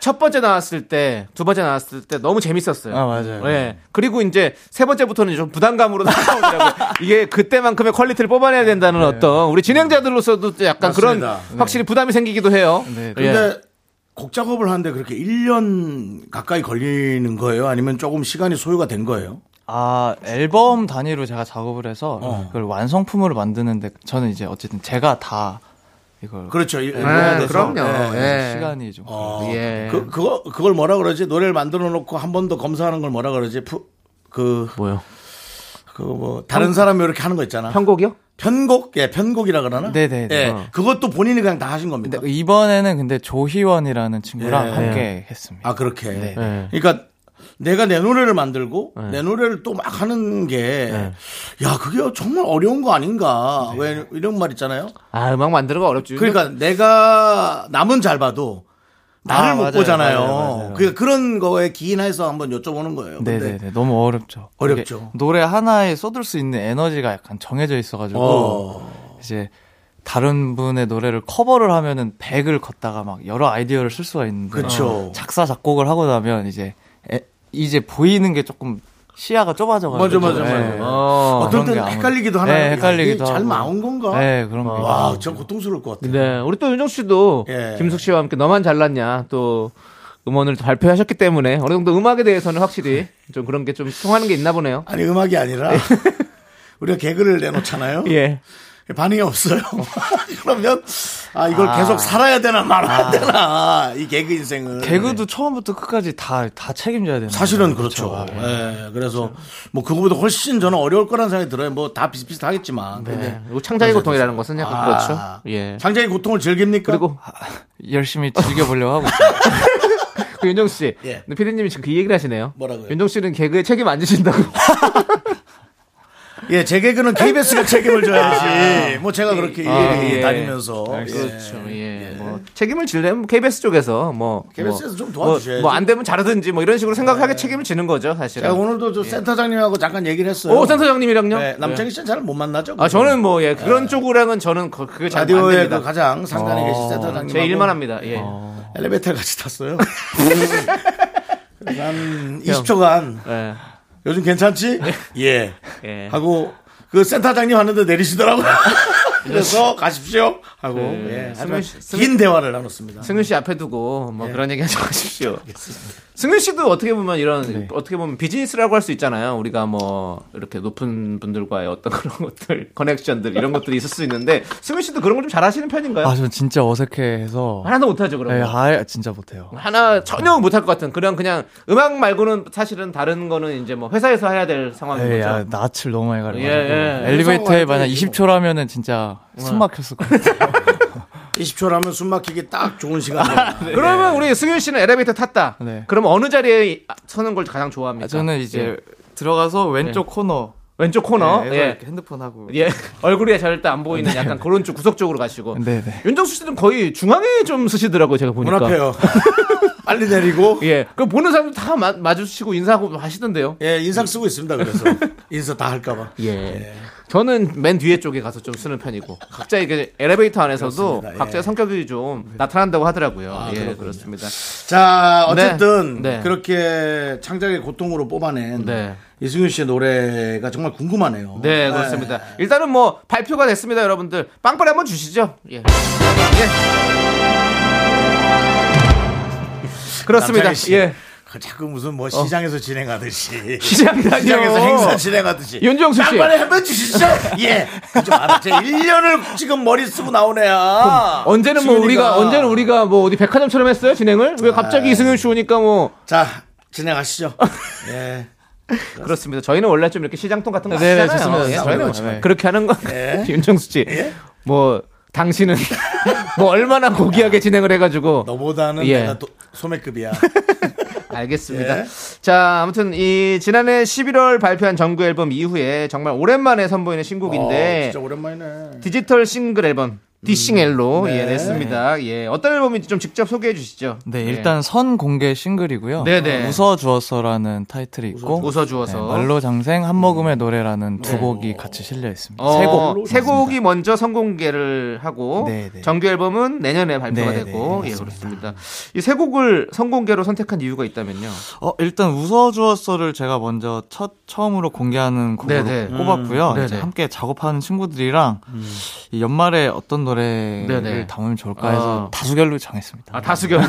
첫 번째 나왔을 때 두 번째 나왔을 때 너무 재밌었어요. 아, 맞아요. 예. 그리고 이제 세 번째부터는 좀 부담감으로 나오더라고요. 이게 그때만큼의 퀄리티를 뽑아내야 된다는 어떤 우리 진행자들로서도 또 약간 네. 맞습니다. 네. 그런 확실히 부담이 생기기도 해요. 네, 예. 근데 곡 작업을 하는데 그렇게 1년 가까이 걸리는 거예요? 아니면 조금 시간이 소요가 된 거예요? 아, 앨범 단위로 제가 작업을 해서 어. 그걸 완성품으로 만드는데 저는 이제 어쨌든 제가 다 이걸 네, 그렇죠. 일- 예, 일년에 대해서. 그럼요. 예. 예. 시간이 좀 어, 예. 그, 그거, 그걸 뭐라 그러지? 노래를 만들어 놓고 한 번 더 검사하는 걸 뭐라 그러지? 푸, 그, 뭐요? 그 뭐, 다른 사람이 이렇게 하는 거 있잖아. 편곡이요? 편곡? 예, 편곡이라 그러나? 네네, 네. 예, 어. 그것도 본인이 그냥 다 하신 겁니다. 네, 근데 이번에는 근데 조희원이라는 친구랑 아. 예. 함께 했습니다. 아, 그렇게. 네. 그러니까 내가 내 노래를 만들고 내 노래를 또 막 하는 게, 네. 야, 그게 정말 어려운 거 아닌가. 왜 이런 말 있잖아요. 아, 음악 만들어가 어렵지. 그러니까 내가 남은 잘 봐도 나를 아, 못 맞아요, 보잖아요. 맞아요, 맞아요. 그러니까 그런 거에 기인해서 한번 여쭤보는 거예요. 근데 네네네. 너무 어렵죠. 어렵죠. 이게 노래 하나에 쏟을 수 있는 에너지가 약간 정해져 있어가지고 어. 이제 다른 분의 노래를 커버를 하면은 100을 걷다가 막 여러 아이디어를 쓸 수가 있는데 그쵸. 작사 작곡을 하고 나면 이제 에, 이제 보이는 게 조금 시야가 맞아, 좁아져가지고 맞아, 맞아. 예. 어. 어떨 그런 게 때는 아무래도- 헷갈리기도 하나. 네, 헷갈리기도 잘 하고. 나온 건가? 네, 그런 게. 와, 저 고통스러울 것 같아요. 네, 우리 또 윤정 씨도 예. 김숙 씨와 함께 너만 잘났냐 또 음원을 발표하셨기 때문에 어느 정도 음악에 대해서는 확실히 좀 그런 게 좀 통하는 게 있나 보네요. 아니 음악이 아니라 우리가 개그를 내놓잖아요. 예. 반응이 없어요. 그러면 아 이걸 계속 살아야 되나 말아야 되나 이 개그 인생을. 개그도 처음부터 끝까지 다 다 책임져야 되는 사실은 음, 거예요. 그렇죠. 아, 예, 그래서 뭐 그거보다 훨씬 저는 어려울 거라는 생각이 들어요. 뭐 다 네. 비슷비슷하겠지만. 근데 그리고 창작의 고통이라는 것은 약간 네. 아, 그렇죠. 예. 장자의 고통을 즐깁니까? 그리고 열심히 즐겨보려고 하고 있어요. 그 윤정 씨, 예. 근데 피디님이 지금 그 얘기를 하시네요. 뭐라고요? 윤정 씨는 개그에 책임 안 지신다고. 예, 제 개그는 KBS가 책임을 져야지. 뭐 제가 그렇게 예, 아, 예. 다니면서. 그렇죠. 예. 뭐 책임을 지려면 KBS 쪽에서 뭐 KBS 에서 뭐, 좀 도와주셔야지. 예. 뭐 안 되면 잘하든지 뭐 이런 식으로 생각하게 책임을 지는 거죠, 사실은. 제가 오늘도 저 센터장님하고 잠깐 얘기를 했어요. 예. 오, 센터장님이랑요? 예. 네, 남창희 씨는 잘 못 만나죠? 아, 저는 뭐, 예, 그런 쪽이랑은 저는 그- 그게 잘안 라디오의 됩니다. 어, 그 가장 상단에 계신 센터장님. 어. 제 일만 합니다. 예. 엘리베이터를 같이 탔어요. 그래서 한 20초간 예. 요즘 괜찮지? 예. 예. 하고 그 센터장님 하는데 내리시더라고요. 그래서 가십시오 하고 네. 예, 하지만 승윤 씨- 긴 대화를 나눴습니다. 승윤 씨 앞에 두고 뭐 예. 그런 얘기 하지 마십시오. 승윤 씨도 어떻게 보면 이런 네. 어떻게 보면 비즈니스라고 할 수 있잖아요. 우리가 뭐 이렇게 높은 분들과의 어떤 그런 것들, 커넥션들 이런 것들이 있을 수 있는데 승윤 씨도 그런 걸 좀 잘하시는 편인가요? 아, 전 진짜 어색해서 하나도 못하죠 그런 예, 거. 아, 진짜 못해요. 하나 전혀 못할 것 같은 그냥 그냥 음악 말고는 사실은 다른 거는 이제 뭐 회사에서 해야 될 상황인 예, 거죠. 야, 낯을 너무 많이 가려고. 예, 네, 예. 엘리베이터에 만약 20초라면은 진짜 숨 막혔을 것 같아요. 20초라면 숨 막히기 딱 좋은 아, 시간이에요. 그러면 우리 승윤 씨는 엘리베이터 탔다. 네. 그럼 어느 자리에 서는 걸 가장 좋아합니까? 예. 저는 이제 네, 들어가서 왼쪽 코너. 왼쪽 코너. 에서 예. 이렇게 핸드폰 하고. 예. 네. 얼굴이 절대 안 보이는 약간 그런 쪽 구석 쪽으로 가시고. 네, 네. 윤정수 씨는 거의 중앙에 좀 쓰시더라고요, 제가 문 보니까. 앞에요. 빨리 내리고 그러니까. 예. 그 보는 사람들 다 마, 마주치고 인사하고 하시던데요. 예 인상 쓰고 있습니다. 그래서 인사 다 할까봐. 예. 저는 맨 뒤에 쪽에 가서 좀 쓰는 편이고 각자 이게 엘리베이터 안에서도 그렇습니다. 예. 네. 아, 각자의 성격이 좀 나타난다고 하더라고요. 예, 그렇습니다. 자 어쨌든 네. 네. 그렇게 창작의 고통으로 뽑아낸 네. 이승윤 씨의 노래가 정말 궁금하네요. 네, 그렇습니다. 일단은 뭐 발표가 됐습니다, 여러분들. 빵빠레 한번 주시죠. 예. 예. 그렇습니다. 남창희 씨. 예. 어. 그 자꾸 무슨 뭐 시장에서 진행하듯이 시장이라뇨. 시장에서 행사 진행하듯이 윤정수 씨. 땅발에 한번 주시죠 예좀 알아 제 1년을 지금 머리 쓰고 나온 애야 언제는 뭐 승윤이가. 아, 예. 우리가 언제는 우리가 뭐 어디 백화점처럼 했어요, 진행을? 왜 갑자기 이승윤 씨 오니까 뭐 자 진행하시죠. 예. 그렇습니다. 저희는 원래 좀 이렇게 시장통 같은 거 네, 네, 하잖아요. 좋습니다. 예, 좋습니다. 저희는 좋습니다. 그렇게 하는 건 윤정수 씨. 뭐 당신은 뭐 얼마나 고귀하게 진행을 해가지고 너보다는 예. 내가 또 소매급이야. 알겠습니다. 자, 아무튼 이 지난해 11월 발표한 정규 앨범 이후에 정말 오랜만에 선보이는 어, 신곡인데 진짜 오랜만이네. 디지털 싱글 앨범 디싱엘로 예, 냈습니다. 예, 어떤 앨범인지 좀 직접 소개해 주시죠. 예. 네, 일단 선 공개 싱글이고요. 네네. 웃어 주었어라는 타이틀이 있고 웃어 주어서 네, 말로 장생 한 모금의 노래라는 두 곡이 같이 실려 있습니다. 어, 세 곡. 세 곡이 먼저 선공개를 하고 네, 네. 정규 앨범은 내년에 발표가 네, 네, 되고 예 그렇습니다. 이 세 곡을 선공개로 선택한 이유가 있다면요. 어, 일단 웃어 주었어를 제가 먼저 첫 처음으로 공개하는 곡으로 네네. 꼽았고요. 음. 이제 네네. 음. 함께 작업하는 친구들이랑 이 연말에 어떤 노래를 네네. 담으면 좋을까 해서 아. 다수결로 정했습니다. 아 다수결로.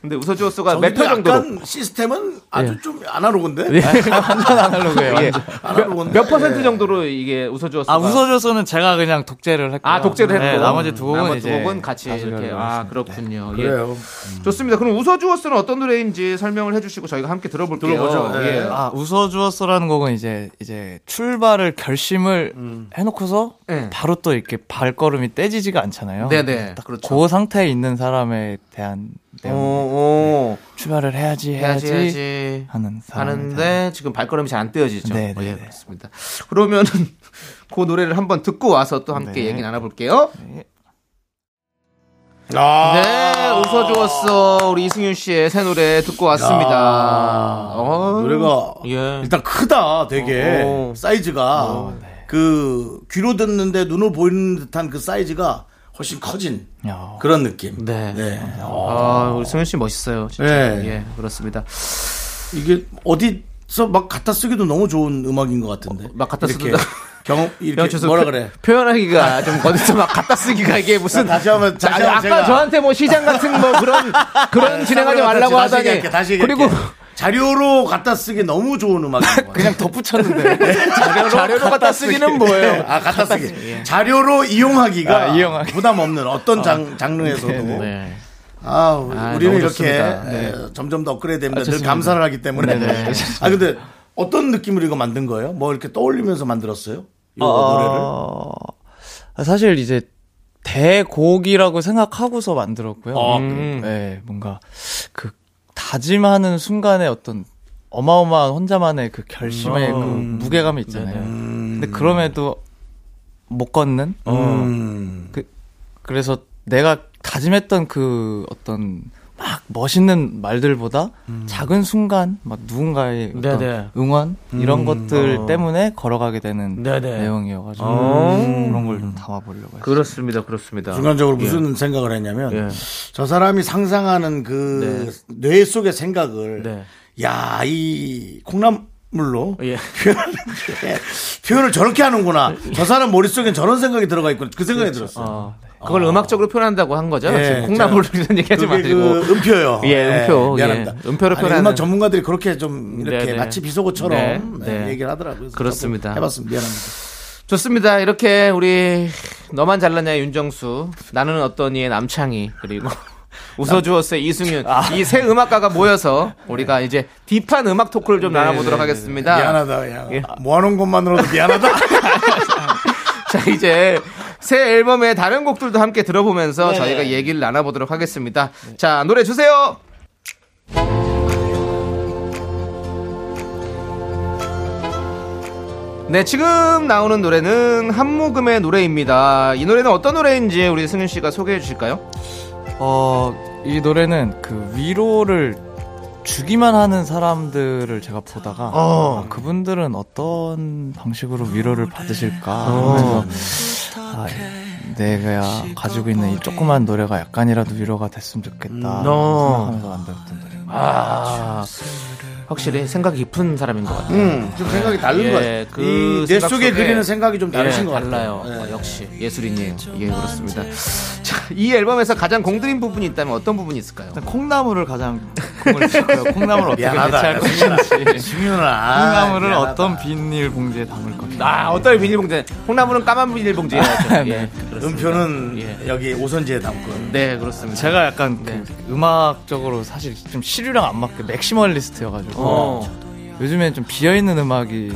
근데 웃어 주었어가 몇 표 저기도 정도? 로 약간 시스템은 아주 좀 아날로그인데? 완전 아날로그예요. 예. 아날로그인데? 몇 퍼센트 정도로 이게 웃어 주었어? 아, 웃어 주었어는 제가 그냥 독재를 했고. 아 독재를 했고 네, 나머지 두 곡은 나머지 이제 두 곡은 같이 다수결로 이렇게 아 그렇군요. 예. 네. 그래요. 좋습니다. 그럼 웃어 주었어는 어떤 노래인지 설명을 해주시고 저희가 함께 들어볼게요. 들어보죠. 예. 예. 아, 웃어주었어라는 곡은 이제 이제 출발을 결심을 음. 해놓고서 네. 바로 또 이렇게 발걸음이 떼지지가 않잖아요. 네네. 딱 그렇죠. 그 상태에 있는 사람에 대한 오, 내용. 오. 출발을 해야지 해야지, 해야지 해야지 하는 아, 사람. 네. 하는데 지금 발걸음이 잘 안 떼어지죠. 네, 네, 예, 네. 그렇습니다. 그러면은 그 노래를 한번 듣고 와서 또 함께 네. 얘기 나눠볼게요. 아, 네, 웃어주었어 우리 이승윤 씨의 새 노래 듣고 왔습니다. 어, 노래가 예. 일단 크다, 되게. 어, 어. 네. 사이즈가. 그 귀로 듣는데 눈으로 보이는 듯한 그 사이즈가 훨씬 커진 야. 그런 느낌. 어. 네. 네. 아, 우리 승윤 씨 멋있어요. 진짜. 네. 예, 그렇습니다. 이게 어디서 막 갖다 쓰기도 너무 좋은 음악인 것 같은데. 어, 막 갖다 이렇게 쓰기도- 경험 형, 이렇게 죄송- 뭐라 그래. 표현하기가 좀 거기서 막 갖다 쓰기가 이게 무슨 다시 한번 다시 아니, 한번 아까 제가- 저한테 뭐 시장 같은 뭐 그런 그런 진행하지 다시- 말라고 다시 하다니 얘기할게, 다시 얘기할게. 그리고 자료로 갖다 쓰기 너무 좋은 음악인 것 같아요. 그냥 덧붙였는데. 자료로, 갖다 쓰기는 뭐예요? 아, 갖다 쓰기. 자료로 이용하기가 아, 이용하기. 부담 없는 어떤 장, 장르에서도. 아, 네. 아, 우리- 아, 우리는 너무 이렇게 좋습니다. 네. 아, 에, 점점 더 업그레이드 됩니다. 늘 좋습니다. 감사를 하기 때문에. 네, 네. 아, 근데 어떤 느낌으로 이거 만든 거예요? 뭐 이렇게 떠올리면서 만들었어요? 이 노래를? 어, 사실 이제 대곡이라고 생각하고서 만들었고요. 아, 음. 네, 뭔가 그 다짐하는 순간에 어떤 어마어마한 혼자만의 그 결심의 그 무게감이 있잖아요. 근데 그럼에도 못 걷는. 음. 그, 그래서 내가 다짐했던 그 어떤 막 멋있는 말들보다 작은 순간, 막 누군가의 어떤 음. 네네. 음. 어. 응원 이런 것들 때문에 걸어가게 되는 네, 내용이어가지고 그런 걸 좀 담아보려고 했어요. 그렇습니다, 그렇습니다. 중간적으로 무슨 예. 생각을 했냐면 저 사람이 상상하는 그 네. 뇌 속의 생각을 야, 이 콩나물로 예. 표현을, 표현을 저렇게 하는구나. 저 사람 머릿속엔 저런 생각이 들어가 있구나. 그 생각이 그렇죠. 들었어요. 그걸 음악적으로 표현한다고 한 거죠? 예, 지금 콩나물로 이런 얘기하지 그게 마시고. 그 음표요. 예, 음표. 미안합니다. 예, 음표로 아니, 표현하는- 음악 전문가들이 그렇게 좀 이렇게 네, 네. 마치 비속어처럼 네, 예, 네. 얘기를 하더라고요. 그래서 그렇습니다. 저도 해봤습니다. 미안합니다. 좋습니다. 이렇게 우리 너만 잘났냐 윤정수, 나는 어떠니의 남창희 그리고 웃어주었어의 이승윤 아. 이 세 음악가가 모여서 우리가 이제 딥한 음악 토크를 네, 좀 나눠보도록 하겠습니다. 미안하다. 야. 예. 모아놓은 것만으로도 미안하다. 그 자 이제 새 앨범의 다른 곡들도 함께 들어보면서 저희가 얘기를 나눠보도록 하겠습니다. 자 노래 주세요. 네 지금 나오는 노래는 한모금의 노래입니다. 이 노래는 어떤 노래인지 우리 승윤 씨가 소개해 주실까요? 어, 이 노래는 그 위로를 주기만 하는 사람들을 제가 보다가 아, 그분들은 어떤 방식으로 위로를 받으실까 하면서 아, 내가 가지고 있는 이 조그만 노래가 약간이라도 위로가 됐으면 좋겠다 생각하면서 만들었던 노래. 아 확실히 생각 깊은 사람인 것 같아요. 음, 좀 생각이 다른 예, 것 같아요. 그 이 뇌 생각 속에 속에 그리는 생각이 좀 다르신 예, 것 같아요. 달라요. 어, 역시 예술인이에요. 예, 그렇습니다. 자, 이 앨범에서 가장 공들인 부분이 있다면 어떤 부분이 있을까요? 콩나물을 가장 콩을 줬고요. 콩나물 어떻게 대체할 미안하다. 것인지. 승윤아. 콩나물을 미안하다. 어떤 비닐봉지에 담을 것인지. 아, 어떤 비닐봉지? 콩나물은 까만 비닐봉지에 넣어야죠. 예. 음표는 예. 여기 오선지에 담고. 네, 그렇습니다. 제가 약간 네. 그 음악적으로 사실 좀 시류랑 안 맞게 맥시멀리스트여가지고 어. 요즘엔 좀 비어있는 음악이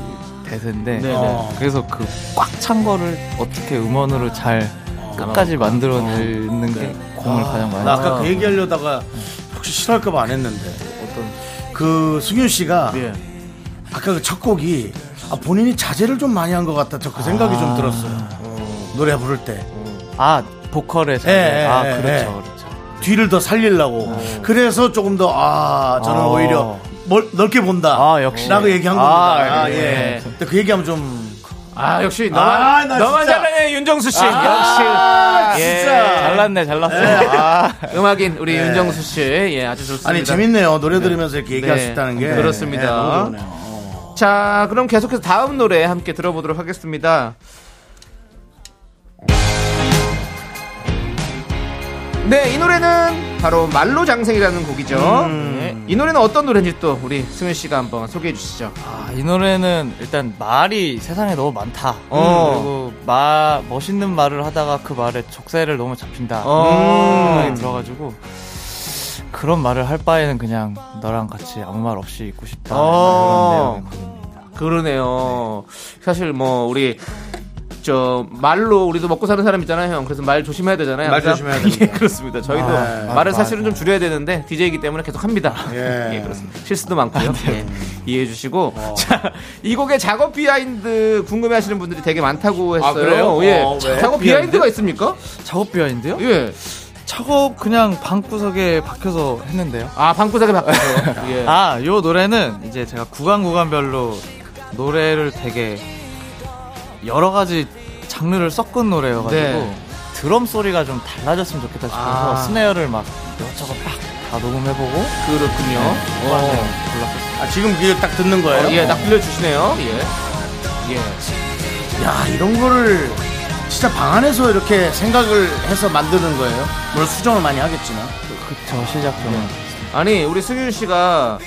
대세인데 네네. 어. 그래서 그 꽉 찬 거를 어떻게 음원으로 잘 어. 끝까지 만들어내는 네. 게 공을 가장 많이 나 아까 그 얘기하려다가 혹시 싫어할까봐 안 했는데 어떤 그 승윤 씨가 예. 아까 그 첫 곡이 아, 본인이 자제를 좀 많이 한 것 같다. 저그 생각이 좀 들었어요. 노래 부를 때 아 보컬에 네, 잘- 예, 예, 아 예, 그렇죠 예. 그렇죠 뒤를 더 살리려고. 그래서 조금 더 아 저는 어. 오히려 멀, 넓게 본다. 아, 역시. 라고 얘기한 아, 겁니다. 아, 예. 예. 근데 그 얘기하면 좀 아, 역시 너만, 아, 나 너만 진짜. 잘하네, 윤정수 씨. 역시. 예. 아, 잘났네 네. 잘났어 아, 음악인 우리 윤정수 씨. 예, 아주 좋습니다. 아니 재밌네요. 노래 들으면서 이렇게 얘기할 수 있다는 게 그렇습니다. 예, 너무 좋네요. 자, 그럼 계속해서 다음 노래 함께 들어보도록 하겠습니다. 네, 이 노래는 바로 말로 장생이라는 곡이죠. 네, 이 노래는 어떤 노래인지 또 우리 승윤 씨가 한번 소개해 주시죠. 아, 이 노래는 일단 말이 세상에 너무 많다. 어. 그리고 마 멋있는 말을 하다가 그 말에 족쇄를 너무 잡힌다. 어. 생각이 들어가지고 그런 말을 할 바에는 그냥 너랑 같이 아무 말 없이 있고 싶다. 어. 그런 내용의 곡입니다. 그러네요. 사실 뭐 우리 저 말로 우리도 먹고 사는 사람 있잖아요, 형. 그래서 말 조심해야 되잖아요. 말 항상. 조심해야 됩니다. 예, 그렇습니다. 저희도 아, 말을 사실은 좀 줄여야 되는데 DJ이기 때문에 계속 합니다. 예. 어. 예, 그렇습니다. 실수도 많고요. 예, 이해해 주시고 자, 이 곡의 작업 비하인드 궁금해 하시는 분들이 되게 많다고 했어요. 그래요? 예. 아, 어, 왜? 작업 비하인드가 있습니까? 작업 비하인데요? 예. 작업 그냥 방구석에 박혀서 했는데요. 아, 방구석에 바꿔서. 예. 아, 요 노래는 이제 제가 구간 구간별로 노래를 되게 여러 가지 장르를 섞은 노래여가지고 네. 드럼 소리가 좀 달라졌으면 좋겠다 싶어서 아. 스네어를 막 이것저것 막다 녹음해보고 그렇군요. 어. 아, 지금 그게 딱 듣는 거예요. 예, 딱 들려 주시네요. 예. 예. 야 이런 거를 진짜 방 안에서 이렇게 생각을 해서 만드는 거예요. 물론 수정을 많이 하겠지만. 그쵸 시작 좀 아니 우리 승윤 씨가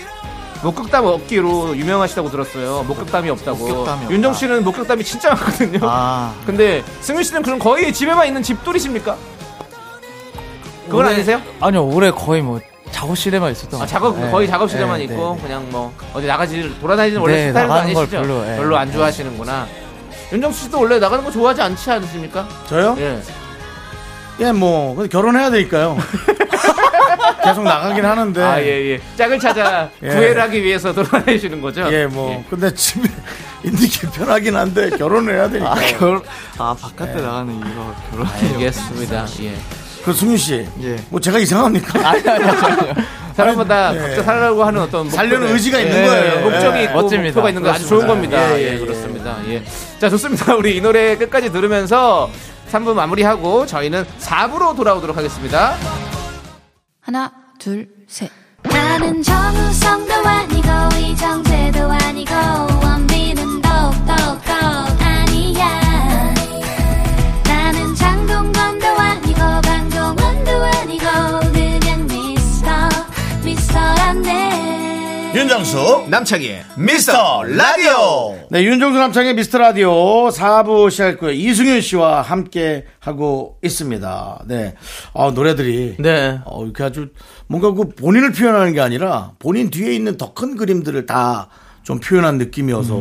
목격담 없기로 유명하시다고 들었어요. 목격담이 없다고. 목격담이 없다. 윤정 씨는 목격담이 진짜 많거든요. 아 근데 승윤 씨는 그럼 거의 집에만 있는 집돌이십니까? 그건 올해- 아니세요? 아니요 올해 거의 뭐 작업실에만 있었던 것 아, 같아요. 작업 네, 거의 작업실에만 네, 있고 네, 네. 그냥 뭐 어디 나가지 돌아다니는 원래 네, 스타일도 나가는 걸 아니시죠? 별로, 예. 안 좋아하시는구나. 윤정수 씨도 원래 나가는 거 좋아하지 않지 않습니까? 저요? 네. 예. 예, 뭐 근데 결혼해야 되니까요. 계속 나가긴 하는데. 아, 예, 예. 짝을 찾아 예. 구애를 하기 위해서 돌아다니시는 거죠? 예, 뭐 근데 집에 있는 게 편하긴 한데 결혼을 해야 되니까. 아 결, 아 바깥에 나가는 이거 결혼이요. 알겠습니다. 예. 그 승윤 씨, 예. 뭐 제가 이상합니까? 아니 아니 아니요. 사람마다 아니, 예. 각자 살려고 하는 어떤 살려는 목표를- 의지가 있는 예, 거예요. 목적이 예. 있고 멋집니다. 목표가 있는 거 아주 좋은 겁니다. 예, 그렇습니다. 예. 자, 좋습니다. 우리 이 노래 끝까지 들으면서 3부 마무리하고 저희는 4부로 돌아오도록 하겠습니다. 하나, 둘, 셋. 나는 정우성도 아니고 이정재도 아니고 원빈은 더욱더 아니야 나는 장동건도 아니고 강동원도 아니고 그냥 미스터 미스터란데 윤정수 남창희의 어? 미스터 라디오. 네, 윤정수 남창의 미스터 라디오 4부 시작했고요. 이승윤 씨와 함께 하고 있습니다. 네, 아, 노래들이 네. 어, 이렇게 아주 뭔가 그 본인을 표현하는 게 아니라 본인 뒤에 있는 더 큰 그림들을 다 좀 표현한 느낌이어서.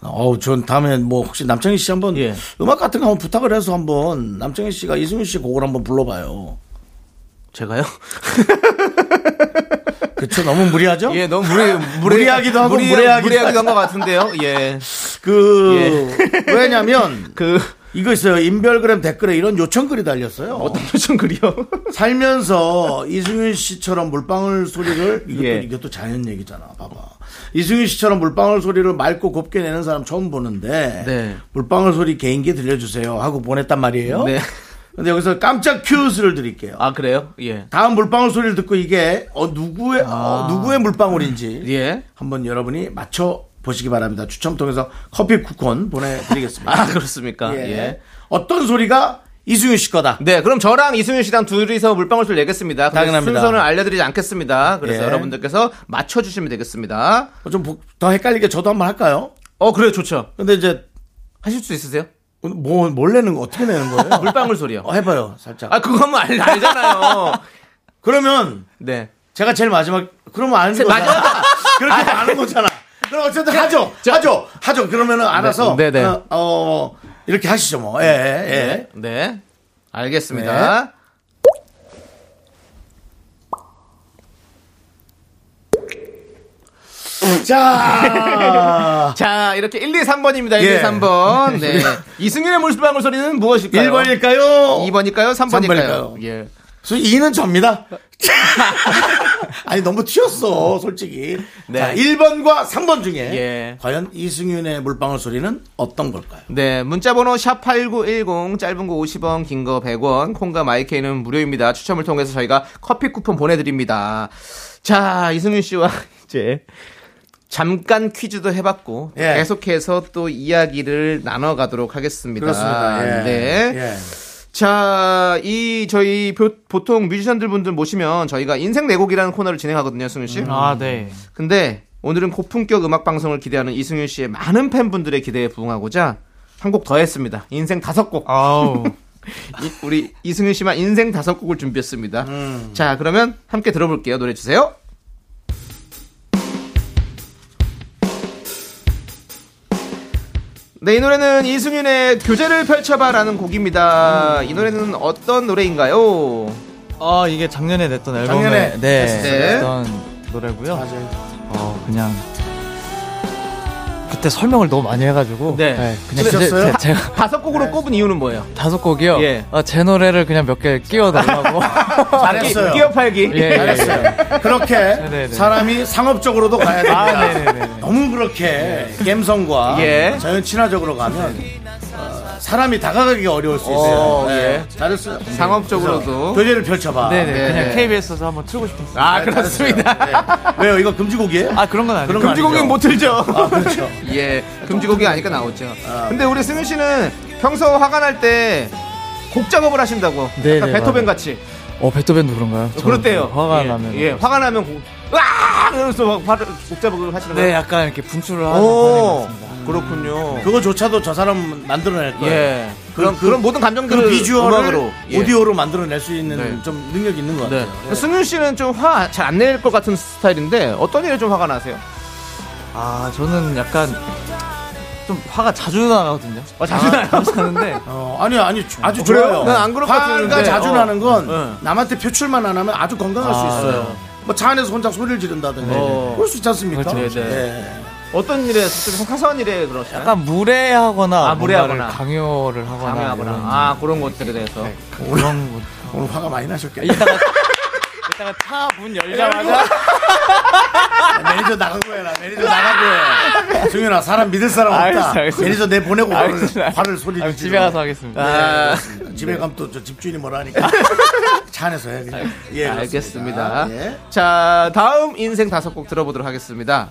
어우, 전 다음에 뭐 혹시 남창희 씨 한번 음. 예. 음악 같은 거 한번 부탁을 해서 한번 남창희 씨가 이승윤 씨 곡을 한번 불러봐요. 제가요? 그쵸? 너무 무리하죠? 예, 너무 무리, 무리 무리하기도 하고 무례하기도 무리하기도 한 것 같은데요. 예. 그, 왜냐면 그 이거 있어요. 인별그램 댓글에 이런 요청글이 달렸어요. 표정 그리요. 살면서 이승윤 씨처럼 물방울 소리를 이것도, 예. 이것도 자연 얘기잖아. 봐봐. 이승윤 씨처럼 물방울 소리를 맑고 곱게 내는 사람 처음 보는데 네. 물방울 소리 개인기 들려주세요 하고 보냈단 말이에요. 네. 근데 여기서 깜짝 큐스를 드릴게요. 아, 그래요? 예. 다음 물방울 소리를 듣고 이게 어, 누구의 어, 누구의 물방울인지 아. 예. 한번 여러분이 맞춰 보시기 바랍니다. 추첨 통해서 커피 쿠폰 보내드리겠습니다. 아, 그렇습니까? 예. 예. 어떤 소리가 이승윤 씨 거다. 네, 그럼 저랑 이승윤 씨랑 둘이서 물방울수를 내겠습니다. 근데 당연합니다. 순서는 알려드리지 않겠습니다. 그래서 예. 여러분들께서 맞춰주시면 되겠습니다. 좀 더 헷갈리게 저도 한번 할까요? 어, 그래요, 좋죠. 근데 이제 하실 수 있으세요? 뭐, 뭘 내는 거 어떻게 내는 거예요? 물방울 소리요. 어, 해봐요 살짝. 아, 그거 하면 알, 알잖아요. 그러면 네. 제가 제일 마지막 그러면 아는 거잖아. 마지막. 그렇게 아는 거잖아. 그럼 어쨌든 하죠. 하죠. 하죠. 그러면은 알아서 네, 네. 어, 어, 이렇게 하시죠 뭐. 예, 예. 예. 네. 알겠습니다. 자, 자, 이렇게 1, 2, 3번입니다. 1, 예. 2, 3번. 네. 이승윤의 물방울 소리는 무엇일까요? 1번일까요? 2번일까요? 3번일까요? 3번일까요? 예. 소 2는 접니다. 아니 너무 튀었어 솔직히. 네. 자 1번과 3번 중에 예. 과연 이승윤의 물방울 소리는 어떤 걸까요? 네, 문자번호 샵8910, 짧은 거 50원, 긴 거 100원, 콩과 마이케이는 무료입니다. 추첨을 통해서 저희가 커피 쿠폰 보내드립니다. 자, 이승윤 씨와 이제 잠깐 퀴즈도 해봤고, 예. 계속해서 또 이야기를 나눠가도록 하겠습니다. 그렇습니다. 예. 네. 예. 자, 이 저희 보- 보통 뮤지션들 분들 모시면 저희가 인생 내곡이라는 코너를 진행하거든요, 승윤 씨. 아, 네. 근데 오늘은 고품격 음악 방송을 기대하는 이승윤 씨의 많은 팬분들의 기대에 부응하고자 한 곡 더 했습니다. 인생 다섯 곡. 아우. 이- 우리 이승윤 씨만 인생 다섯 곡을 준비했습니다. 자, 그러면 함께 들어볼게요. 노래 주세요. 네, 이 노래는 이승윤의 교제를 펼쳐봐라는 곡입니다. 이 노래는 어떤 노래인가요? 아, 이게 작년에 냈던 앨범에 작년에 네. 냈어요. 냈던 노래고요. 어, 그냥 그때 설명을 너무 많이 해 가지고 네. 그냥 이제 지쳤어요? 제- 제가 다섯 곡으로 꼽은 이유는 뭐예요? 다섯 곡이요. 예. 아, 제 노래를 그냥 몇 개 끼워 달라고. 잘했어요. 끼어 팔기. 예. 예. 그렇게 네, 네. 사람이 상업적으로도 가야 됩니다. 아, 네, 네, 네, 네. 너무 그렇게 갬성과 예. 자연 친화적으로 가면 어, 사람이 다가가기 어려울 수 있어요. 어, 네. 예. 잘했어요. 상업적으로도. 교제를 펼쳐봐. 네, 네. 네. 그냥 KBS에서 한번 틀고 싶었어요. 아, 잘했어요. 네. 왜요? 이거 금지곡이에요? 아, 그런 건 아니고. 그런 거 아니죠? 금지곡은 못 틀죠. 아, 그렇죠. 예, 금지곡이 아니까 나오죠. 근데 우리 승윤 씨는 평소 화가 날 때 곡 작업을 하신다고. 네네, 약간 베토벤 맞아요. 같이. 어, 베토벤도 그런가요? 저는 그렇대요. 화가 예, 나면. 예, 화가 나면 곡, 으아! 그러면서 막 화를, 곡 작업을 하시는 네, 거예요. 약간 이렇게 분출을 하는 오, 편인 것 같습니다. 그렇군요. 그거조차도 저 사람 만들어낼 거예요. 예. 그- 그럼, 그- 그, 런 모든 감정들을 그 비주얼을 음악으로. 예. 오디오로 만들어낼 수 있는 네. 좀 능력이 있는 것 네. 같아요. 예. 승윤 씨는 좀 화 잘 안 낼 것 같은 스타일인데 어떤 일에 좀 화가 나세요? 아, 저는 약간 좀 화가 자주 나거든요. 아, 어, 자주 나요? 자주 나는데 어, 아니 아니 주- 아주 그래요? 좋아요. 난안 그럴 것 화가 같았는데. 자주 어. 나는 건 네. 남한테 표출만 안 하면 아주 건강할 수 아, 있어요. 뭐 차 안에서 혼자 소리를 지른다든지 어. 그럴 수 있지 않습니까? 그렇죠. 네, 네. 어떤 일에 좀 사소한 일에 그러시나요? 약간 무례하거나 아, 무례하거나. 뭔가를 강요를 하거나 강요하거나 이런- 아 그런 것들에 대해서 네, 그런 것. 오늘 화가 많이 나셨겠네요. 이따가 이따가 차 문 열자마자 매니저 나가고 해라. 매니저 나가고 해. 승윤아 사람 믿을 사람 없다. 알겠어, 알겠어. 매니저 내 보내고 화를, 알겠어, 알겠어. 화를 소리 아, 를 집에 가서 하겠습니다. 아, 네, 집에 가면 또 저 집주인이 뭐라 하니까 차 안에서 해 그냥. 예, 알겠습니다. 그렇습니다. 예. 자, 다음 인생 다섯 곡 들어보도록 하겠습니다.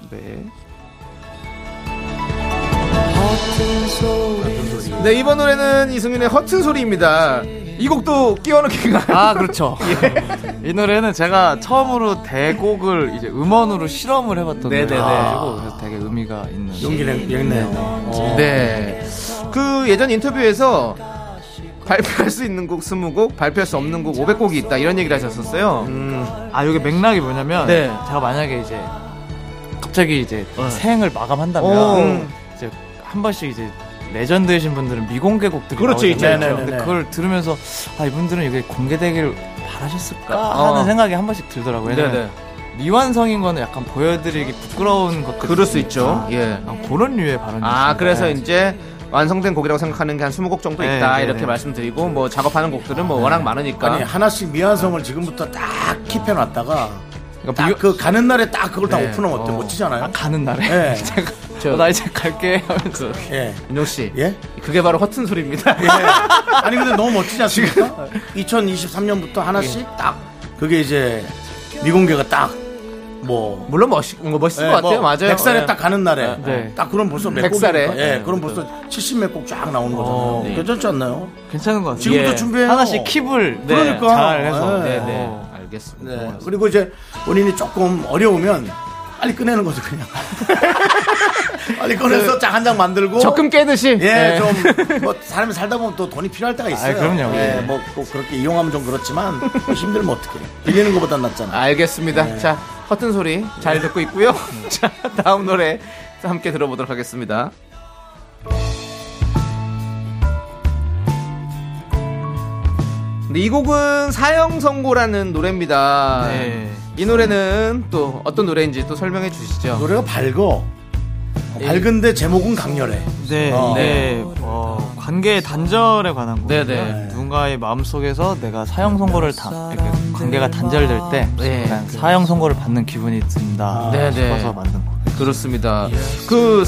네, 이번 노래는 이승윤의 허튼 소리입니다. 이 곡도 끼워넣기가. 아 그렇죠. 이 노래는 제가 처음으로 대곡을 이제 음원으로 실험을 해봤던 네네네. 노래가지고 그래서 되게 의미가 있는. 용기 내- 내겠네요. 어. 네. 그 예전 인터뷰에서 발표할 수 있는 곡 20곡, 발표할 수 없는 곡 500곡이 있다. 이런 얘기를 하셨었어요. 음, 아 이게 맥락이 뭐냐면 네. 제가 만약에 이제 갑자기 이제 생을 오. 마감한다면 이제 한 번씩 이제 레전드이신 분들은 미공개 곡들이 그렇죠, 있죠, 나오잖아요. 있죠. 근데 네네네. 그걸 들으면서 아 이분들은 이게 공개되길 바라셨을까 어. 하는 생각이 한 번씩 들더라고요. 왜냐면 네네. 미완성인 거는 약간 보여드리기 부끄러운 것들 그럴 수 있죠. 예. 아, 그런 류의 발언이 아, 있습니다. 그래서 네. 이제 완성된 곡이라고 생각하는 게 한 20곡 정도 네, 있다. 네, 이렇게 네. 말씀드리고, 뭐 작업하는 곡들은 뭐 워낙 많으니까. 아니 네, 하나씩 미완성을 지금부터 딱 킵해놨다가 그러니까 딱 미- 그 가는 날에 딱 그걸 다 네. 오픈하면 어때? 어. 멋지잖아요. 아, 가는 날에 예. 제가 저- 어, 나 이제 갈게 하면서 예. 윤종 씨. 예? 그게 바로 허튼 소리입니다. 예. 아니 근데 너무 멋지지 않습니까? 2023년부터 하나씩 딱 그게 이제 미공개가 딱 뭐 물론 멋있, 뭔가 멋있을 예, 것 같아요. 뭐 맞아요. 백살에 예. 딱 가는 날에 네. 딱 그럼 벌써 몇 백살에. 곡인가? 예, 그럼 벌써 70몇 곡 쫙 나오는 거잖아요. 어, 네. 괜찮지 않나요? 괜찮은 것 같아요. 지금부터 예. 준비해요. 하나씩 킵을 네, 그러니까. 잘 해서. 예. 네, 네, 네. 알겠습니다. 네. 그리고 이제 본인이 조금 어려우면 빨리 꺼내는 거죠 그냥. 빨리 그 꺼내서 쫙 한 장 만들고. 적금 깨듯이. 예, 네. 좀, 뭐, 사람이 살다 보면 또 돈이 필요할 때가 있어요. 아, 그럼요. 예, 예. 뭐, 꼭 그렇게 이용하면 좀 그렇지만, 또 힘들면 어떻게. 빌리는 것보단 낫잖아. 알겠습니다. 자, 허튼 소리 잘 듣고 있고요. 자, 다음 노래 함께 들어보도록 하겠습니다. 근데 이 곡은 사형선고라는 노래입니다. 네. 이 노래는 또 어떤 노래인지 또 설명해 주시죠. 노래가 밝어. 아, 예. 밝은데 제목은 강렬해. 네, 어. 네. 어, 관계의 단절에 관한 네, 거예요. 네. 누군가의 마음 속에서 내가 사형 선고를 당, 이렇게 관계가 단절될 때, 네. 약간 사형 선고를 받는 기분이 든다 네, 네. 싶어서 만든 거. 그렇습니다. 그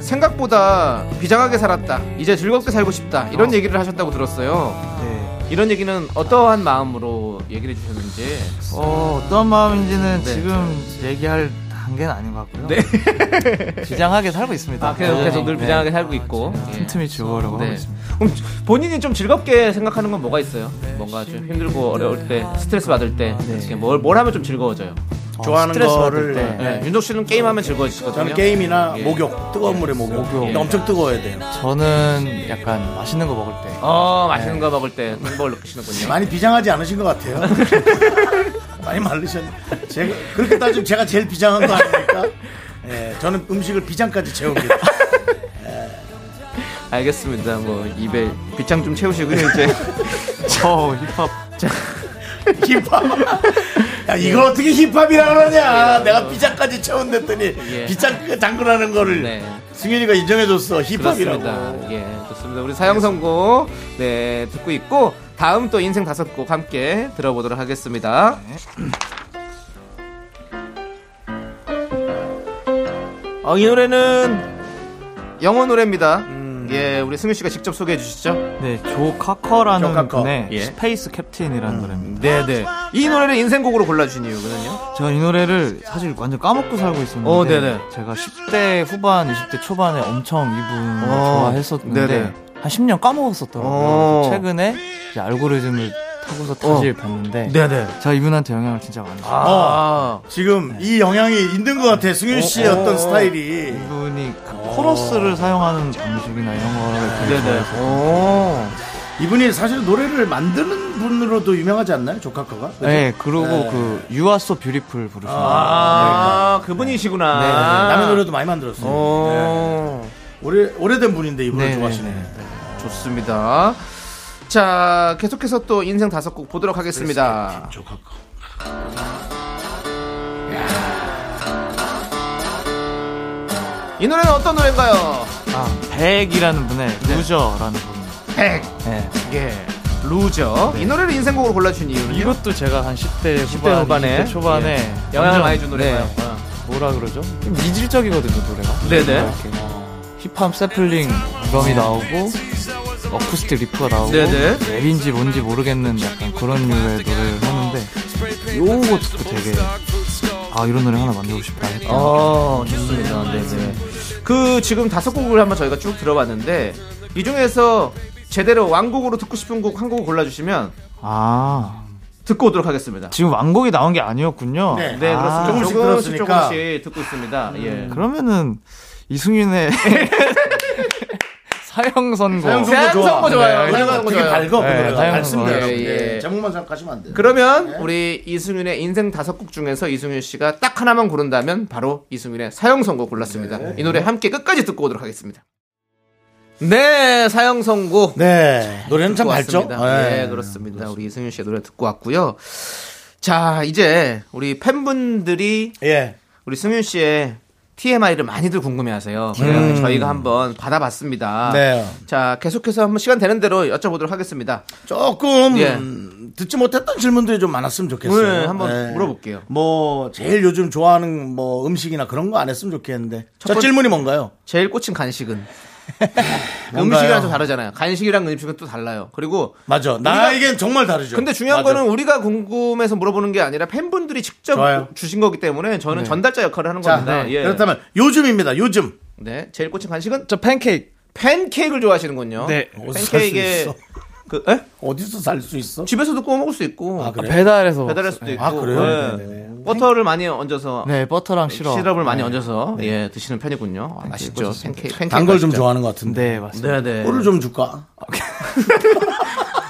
생각보다 비장하게 살았다. 이제 즐겁게 살고 싶다. 이런 얘기를 하셨다고 들었어요. 네. 이런 얘기는 어떠한 마음으로 얘기를 해주셨는지. 어, 어떤 마음인지는 네. 지금 얘기할 단계는 아닌 것 같고요. 네. 비장하게 살고 있습니다. 아, 계속, 계속 네. 늘 비장하게 살고 있고. 네. 틈틈이 죽어오려고 하고 네. 있습니다. 그럼 본인이 좀 즐겁게 생각하는 건 뭐가 있어요? 뭔가 좀 힘들고 어려울 때, 스트레스 받을 때, 네. 이렇게 뭘, 뭘 하면 좀 즐거워져요? 좋아하는 스트레스 거를. 받을 때. 예. 네. 윤종 씨는 게임하면 즐거워지거든요. 저는 게임이나 예. 목욕, 뜨거운 물에 목욕. 목욕. 근데 엄청 뜨거워야 돼요. 저는 약간 맛있는 거 먹을 때. 어, 맛있는 거 먹을 때 행복을 느끼시는군요. 많이 비장하지 않으신 것 같아요. 많이 말르셨네. 제가 그렇게 따지면 제가 제일 비장한 거 아닙니까? 예, 저는 음식을 비장까지 채웁니다. 알겠습니다. 뭐, 입에 비창 좀 채우시고요, 이제. 어, 저 힙합. 힙합. 야, 예. 이걸 어떻게 힙합이라 그러냐. 내가 비장까지 채운댔더니 예. 비장 장군하는 거를 네. 승윤이가 인정해줬어. 힙합이라고. 그렇습니다. 예, 좋습니다. 우리 사형선고 네 듣고 있고 다음 또 인생 다섯 곡 함께 들어보도록 하겠습니다. 어, 이 노래는 영어 노래입니다. 예, 우리 승윤 씨가 직접 소개해 주시죠. 네, 조 카커라는 조 카커. 분의 예. 스페이스 캡틴이라는 노래입니다. 네, 네. 이 노래를 인생곡으로 골라주신 이유는요? 제가 이 노래를 사실 완전 까먹고 살고 있었는데 어, 네네. 제가 10대 후반, 20대 초반에 엄청 이분 을 어, 좋아했었는데 네네. 한 10년 까먹었었더라고요. 어. 그래서 최근에 이제 알고리즘을 타고서 다시 봤는데 네, 네. 제가 이분한테 영향을 진짜 많이 받았어요. 아, 지금 이 영향이 있는 것 같아. 승윤 씨의 어, 어, 떤 스타일이. 이분이 그 코러스를 사용하는 방식이나 이런 거를 되게 어. 네네. 좋아해서 오, 이분이 사실 노래를 만드는 분으로도 유명하지 않나요? 조카커가? 그죠? 네, 그리고 그 You Are So Beautiful 부르시는 아, 그분이시구나. 네, 네. 남의 노래도 많이 만들었어요. 오. 오래, 오래된 분인데 이분을 네, 좋아하시네. 네, 좋습니다. 자, 계속해서 또 인생 다섯 곡 보도록 하겠습니다. 이 노래는 어떤 노래인가요? 아, 백이라는 분의 루저라는 분. 네. 백. 네. 예. 루저. 이 노래를 인생곡으로 골라준 이유는 이것도 제가 한 10대 후반, 10대 후반에 20대 초반에 예. 영향을 완전, 많이 준 노래예요. 아. 네, 뭐라 그러죠? 좀 이질적이거든요 노래가. 네네. 이렇게 힙합 세플링 드럼이 나오고 어쿠스틱 리프가 나오고 네네. 랩인지 뭔지 모르겠는 약간 그런 류의 노래를 하는데 요거 듣고 되게 아 이런 노래 하나 만들고 싶다 했던 어, 좋습니다. 네네. 그 지금 다섯 곡을 한번 저희가 쭉 들어봤는데 이 중에서 제대로 왕곡으로 듣고 싶은 곡 한 곡을 골라주시면 아 듣고 오도록 하겠습니다. 지금 왕곡이 나온 게 아니었군요 네. 네, 그렇습니다. 아, 조금씩 들었으니까. 조금씩 듣고 있습니다. 예. 그러면은 이승윤의 사형선고 사형선고 사형선고 네, 좋아요. 노래가 사형선고 되게 좋아요. 밝어. 네, 그 노래가. 사형선고. 밝습니다. 예, 여러분. 예. 네, 제목만 생각하시면 안 돼요. 그러면 네. 우리 이승윤의 인생 다섯 곡 중에서 이승윤 씨가 딱 하나만 고른다면 바로 이승윤의 사형선고 골랐습니다. 네. 이 노래 함께 끝까지 듣고 오도록 하겠습니다. 네, 사형선고. 네. 노래는 참 듣고 밝죠? 왔습니다. 네. 네, 그렇습니다. 우리 이승윤 씨의 노래 듣고 왔고요. 자, 이제 우리 팬분들이 예. 우리 승윤 씨의 TMI를 많이들 궁금해하세요. 그래서 저희가 한번 받아봤습니다. 음. 네. 자, 계속해서 한번 시간 되는 대로 여쭤보도록 하겠습니다. 조금 예. 음, 듣지 못했던 질문들이 좀 많았으면 좋겠어요. 네, 한번 물어볼게요. 뭐 제일 요즘 좋아하는 뭐 음식이나 그런 거 안 했으면 좋겠는데. 첫, 번- 질문이 뭔가요? 제일 꽂힌 간식은 음식이랑 또 다르잖아요. 간식이랑 음식은 또 달라요. 그리고 맞아. 나에겐 정말 다르죠. 근데 중요한 맞아. 거는 우리가 궁금해서 물어보는 게 아니라 팬분들이 직접 좋아요. 네. 주신 거기 때문에 저는 전달자 역할을 하는 자, 겁니다. 예. 네. 그렇다면 요즘입니다. 요즘. 네, 제일 꽂힌 간식은 저 팬케이크. 팬케이크를 좋아하시는군요. 네. 어디서 살수 팬케이크에 있어? 그 에? 어디서 살 수 있어? 집에서도 구워 먹을 수 있고 아, 그래? 배달해서. 배달할 수도 있고 아, 그래요? 네. 예. 버터를 많이 얹어서 네, 버터랑 시럽. 시럽을 많이 얹어서 네. 예 드시는 편이군요. 아, 맛있죠. 팬케이크. 팬케이크 단 걸 좀 맛있죠. 좋아하는 것 같은데. 네, 맞습니다. 네, 네. 꿀을 좀 줄까?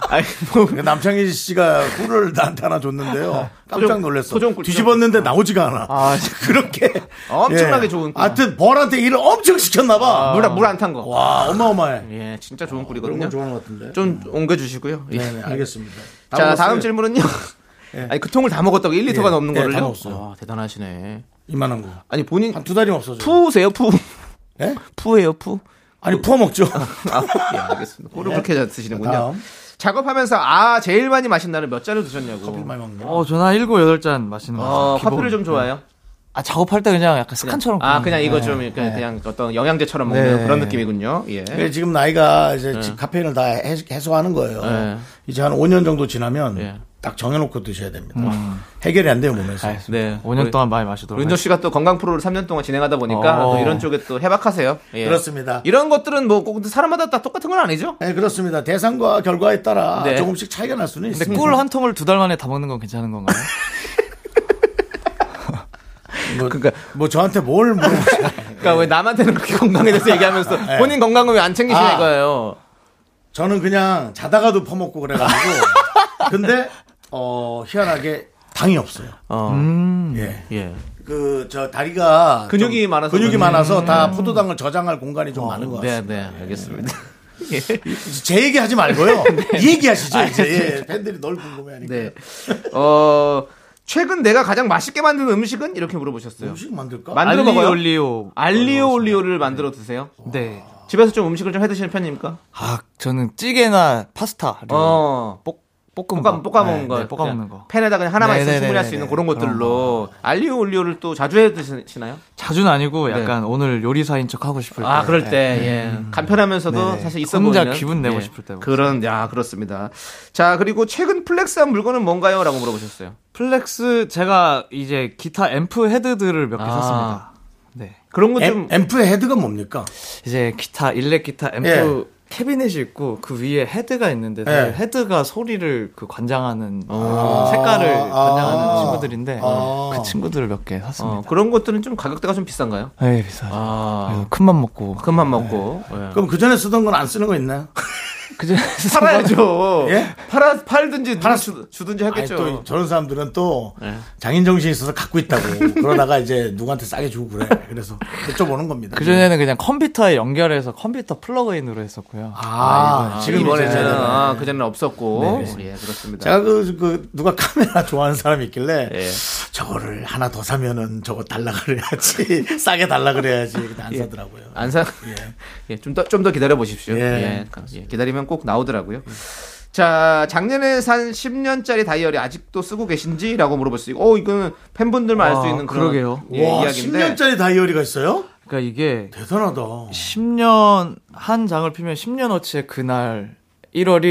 아니, 뭐, 아, 남창희 씨가 꿀을 나한테 하나 줬는데요. 깜짝 소정- 놀랐어. 소정 아, 꿀, 뒤집었는데 나오지가 않아. 아, 그렇게 예. 엄청나게 좋은 꿀. 하여튼 벌한테 일을 엄청 시켰나 봐. 물, 물안 탄 거. 와 어마어마해. 예, 진짜 좋은 그런 꿀이거든요. 건 좋아하는 것 같은데. 좀 옮겨주시고요. 예. 네, 네, 알겠습니다. 자, 다음 먹었어요. 질문은요. 아니, 그 통을 다 먹었다고 1, 2터가 예, 넘는 예, 거를요? 다 먹었어요. 아, 대단하시네. 이만한 거. 아니, 본인 한 두 달이면 없어져. 푸세요, 푸. 예? 푸예요, 푸. 아니 푸어 먹죠. 아, 예, 알겠습니다. 꿀을 그렇게 드시는군요. 네. 다음. 작업하면서 아, 제일 많이 마신다는 몇 잔을 드셨냐고. 많이 먹는 거. 어, 저는 한 일곱, 여덟 잔 마시는 거 어, 같아요. 커피를 기본. 좀 네. 좋아해요? 아, 작업할 때 그냥 약간 습관처럼. 아, 먹는 그냥 거. 이거 네. 좀, 그냥, 그냥 어떤 영양제처럼 먹는 네. 그런 느낌이군요. 예. 그래, 네, 지금 나이가 이제 지금 카페인을 다 해- 해소하는 거예요. 네. 이제 한 5년 정도 지나면 예. 음. 딱 정해놓고 드셔야 됩니다. 해결이 안 돼요 몸에서. 네. 5년 동안 많이 마시도록. 윤정 씨가 또 건강 프로를 3년 동안 진행하다 보니까 어. 또 이런 쪽에 또 해박하세요. 예. 그렇습니다. 이런 것들은 뭐꼭 사람마다 다 똑같은 건 아니죠? 네, 그렇습니다. 대상과 결과에 따라 네. 조금씩 차이가 날 수는 근데 있습니다. 꿀 한 통을 두 달 만에 다 먹는 건 괜찮은 건가요? 뭐, 뭐 저한테 뭘 물어보세요? 네. 그러니까 왜 남한테는 그렇게 건강에 대해서 얘기하면서 네. 본인 건강을 왜 안 챙기시는 아. 거예요? 저는 그냥 자다가도 퍼먹고 그래가지고. 근데 어 희한하게 당이 없어요. 어. 예. 예. 그 저 다리가 근육이 좀- 많아서 근육이 그런지. 많아서 다 포도당을 저장할 공간이 좀 많은 것 같습니다. 네, 네, 알겠습니다. 제 얘기 하지 말고요. 이 얘기 하시죠. 이제 예, 팬들이 널 궁금해하니까. 네. 어, 최근 내가 가장 맛있게 만든 음식은? 이렇게 물어보셨어요. 음식 만들까? 만들어 알리 먹어요? 올리오. 알리오 올리오를 만들어 드세요? 네. 집에서 좀 음식을 좀 해 드시는 편입니까? 아, 저는 찌개나 파스타. 어. 볶, 네. 볶음. 볶아, 볶아 먹는 거. 네, 볶아 그냥 먹는 거. 팬에다 그냥 하나만 있으면 네네네네네. 충분히 할 수 있는 그런 그런 것들로. 알리오 올리오를 또 자주 해 드시나요? 자주는 아니고 네. 약간 오늘 요리사인 척 하고 싶을 때. 아, 그럴 때, 예. 간편하면서도 네. 사실 있어 보이는. 예. 혼자 기분 내고 싶을 때 먹어요. 그런, 야, 그렇습니다. 자, 그리고 최근 플렉스한 물건은 뭔가요? 라고 물어보셨어요. 플렉스 제가 이제 기타 앰프 헤드들을 몇 개 아. 샀습니다. 네. 그런 건 좀. 앰- 앰프의 헤드가 뭡니까? 이제 기타 일렉 기타 앰프 예. 캐비넷이 있고 그 위에 헤드가 있는데 그 예. 헤드가 소리를 그 관장하는 그 색깔을 관장하는 아. 친구들인데 아. 그 친구들을 몇 개 샀습니다. 어, 그런 것들은 좀 가격대가 좀 비싼가요? 네, 비싸죠. 아. 그래서 큰맘 먹고 그만 먹고. 예. 그럼 그 전에 쓰던 건 안 쓰는 거 있나요? 그제 팔아야죠. 예? 팔아, 팔든지, 팔아 주, 주든지 아니, 하겠죠. 네. 또 저런 사람들은 또 장인 정신이 있어서 갖고 있다고 그러다가 이제 누구한테 싸게 주고 그래. 그래서 여쭤보는 겁니다. 그 전에는 그냥 컴퓨터에 연결해서 컴퓨터 플러그인으로 했었고요. 아, 지금 지금 이제 이번에는, 아, 그전에는 없었고. 예, 그렇습니다. 제가 그, 그 누가 카메라 좋아하는 사람이 있길래 예. 저거를 하나 더 사면은 저거 달라 그래야지 싸게 달라 그래야지 근데 예. 안 사더라고요. 안 사. 예. 좀 더 좀 더 기다려 보십시오. 예. 예. 예, 기다리면 꼭 나오더라고요. 자, 작년에 산 10년짜리 다이어리 아직도 쓰고 계신지라고 물어볼 수 있고, 어, 이거는 팬분들만 알 수 아, 있는 그런 그러게요. 예, 와, 이야기인데. 10년짜리 다이어리가 있어요? 그러니까 이게 대단하다. 10년 한 장을 피면 10년 어치의 그날 1월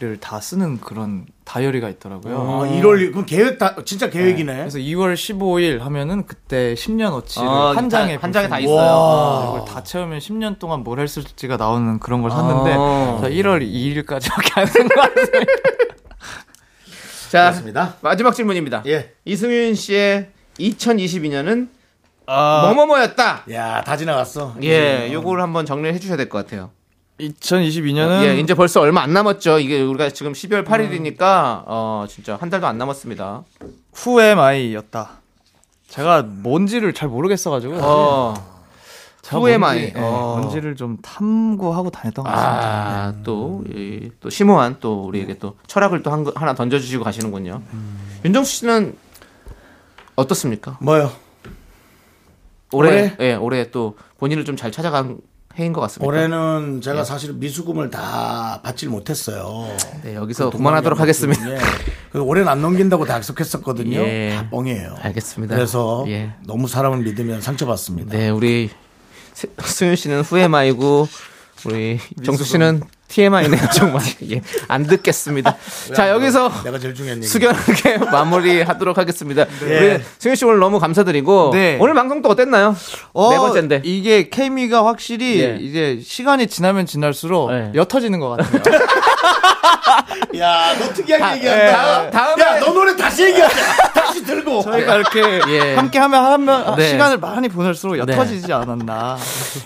1일을 다 쓰는 그런 다이어리가 있더라고요. 네? 아, 1월 그럼 계획 다 진짜 계획이네. 예, 그래서 2월 15일 하면은 그때 10년 어치를 아, 한 장에 다- 볼 한 수 장에 다 있는 있어요. 아, 거예요. 이걸 다 채우면 10년 동안 뭘 했을지가 나오는 그런 걸 샀는데 아. 저 1월 2일까지밖에 안 쓴 것 같아요. 자, 그렇습니다. 마지막 질문입니다. 예. 이승윤 씨의 2022년은 아, 뭐뭐뭐였다. 야, 다 지나갔어. 음. 예, 요걸 한번 정리를 해주셔야 될 것 같아요. 2022년은 예, 이제 벌써 얼마 안 남았죠. 이게 우리가 지금 12월 8일이니까 어 진짜 한 달도 안 남았습니다. 후에마이였다. 제가 뭔지를 잘 모르겠어가지고 어, 제가 후에마이. 뭔지, 예, 어. 뭔지를 좀 탐구하고 다녔던 것 같습니다. 아또또 심오한 또 우리에게 또 철학을 또 한, 거- 하나 던져주시고 가시는군요. 윤정수 씨는 어떻습니까? 뭐요? 올해 올해? 예 올해 또 본인을 좀 잘 찾아간 해인 것 같습니다. 올해는 예. 제가 사실 미수금을 다 받질 못했어요. 네, 여기서 그만하도록 하겠습니다. 예. 그 올해는 안 넘긴다고 다 약속했었거든요. 예. 다 뻥이에요. 알겠습니다. 그래서 예. 너무 사람을 믿으면 상처받습니다. 네 우리 세- 승윤 씨는 후에마이고 우리 정수 씨는 TMI네요, 정말. 예, 안 듣겠습니다. 자, 여기서 내가 제일 중요한 얘기. 숙연하게 마무리하도록 하겠습니다. 우리 승현 씨 오늘 너무 감사드리고 네. 오늘 방송 또 어땠나요? 어, 네 번째인데. 이게 케미가 확실히 예. 이제 시간이 지나면 지날수록 예. 옅어지는 것 같아요. 야, 너 특이한 예. 얘기한다. 다음에 야, 너 노래 다시 얘기하자. 다시 들고. 저희가 이렇게 예. 함께하면 하면 네. 시간을 많이 보낼수록 옅어지지 않았나.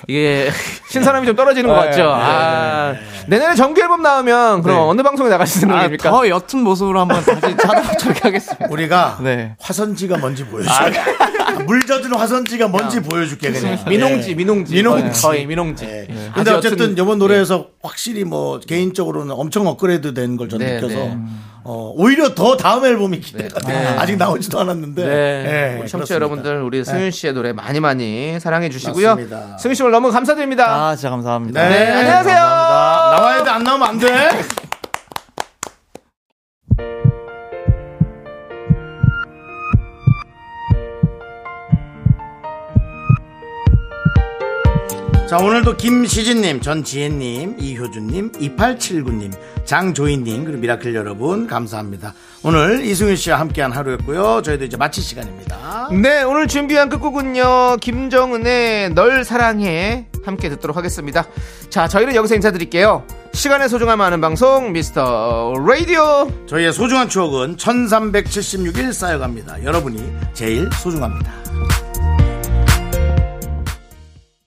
이게 신사람이 좀 떨어지는 것 네, 같죠. 네, 아, 내년에 정규 앨범 나오면 그럼 네. 어느 방송에 나가시는 아, 겁니까? 더 옅은 모습으로 한번 다시 찾아보도록 하겠습니다. 예. 우리가 네. 화선지가 뭔지 보여줄게. 아, 네. 물 젖은 화선지가 뭔지 보여줄게 그냥. 민홍지, 예. 네. 민홍지, 민홍지. 거의 민홍지. 예. 예. 근데 아주 네. 어쨌든 옅은- 이번 노래에서 확실히 뭐 개인적으로는 엄청 업그레이드 된 걸 저는 네, 느껴서 네. 어, 오히려 더 다음 앨범이 기대가 돼. 아직 나오지도 않았는데. 네. 예, 우리 그렇습니다. 청취자 여러분들 우리 승윤 씨의 노래 많이 많이 사랑해 주시고요. 맞습니다. 승윤 씨 오늘 너무 감사드립니다. 아, 진짜 네. 감사합니다. 네, 안녕하세요. 감사합니다. 나와야 돼, 안 나오면 안 돼. 자, 오늘도 김시진님, 전지혜님, 이효준님, 2879님, 장조인님, 그리고 미라클 여러분, 감사합니다. 오늘 이승윤 씨와 함께한 하루였고요. 저희도 이제 마칠 시간입니다. 네, 오늘 준비한 끝곡은요. 김정은의 널 사랑해 함께 듣도록 하겠습니다. 자, 저희는 여기서 인사드릴게요. 시간의 소중함 아는 방송 미스터 라디오. 저희의 소중한 추억은 1376일 쌓여갑니다. 여러분이 제일 소중합니다.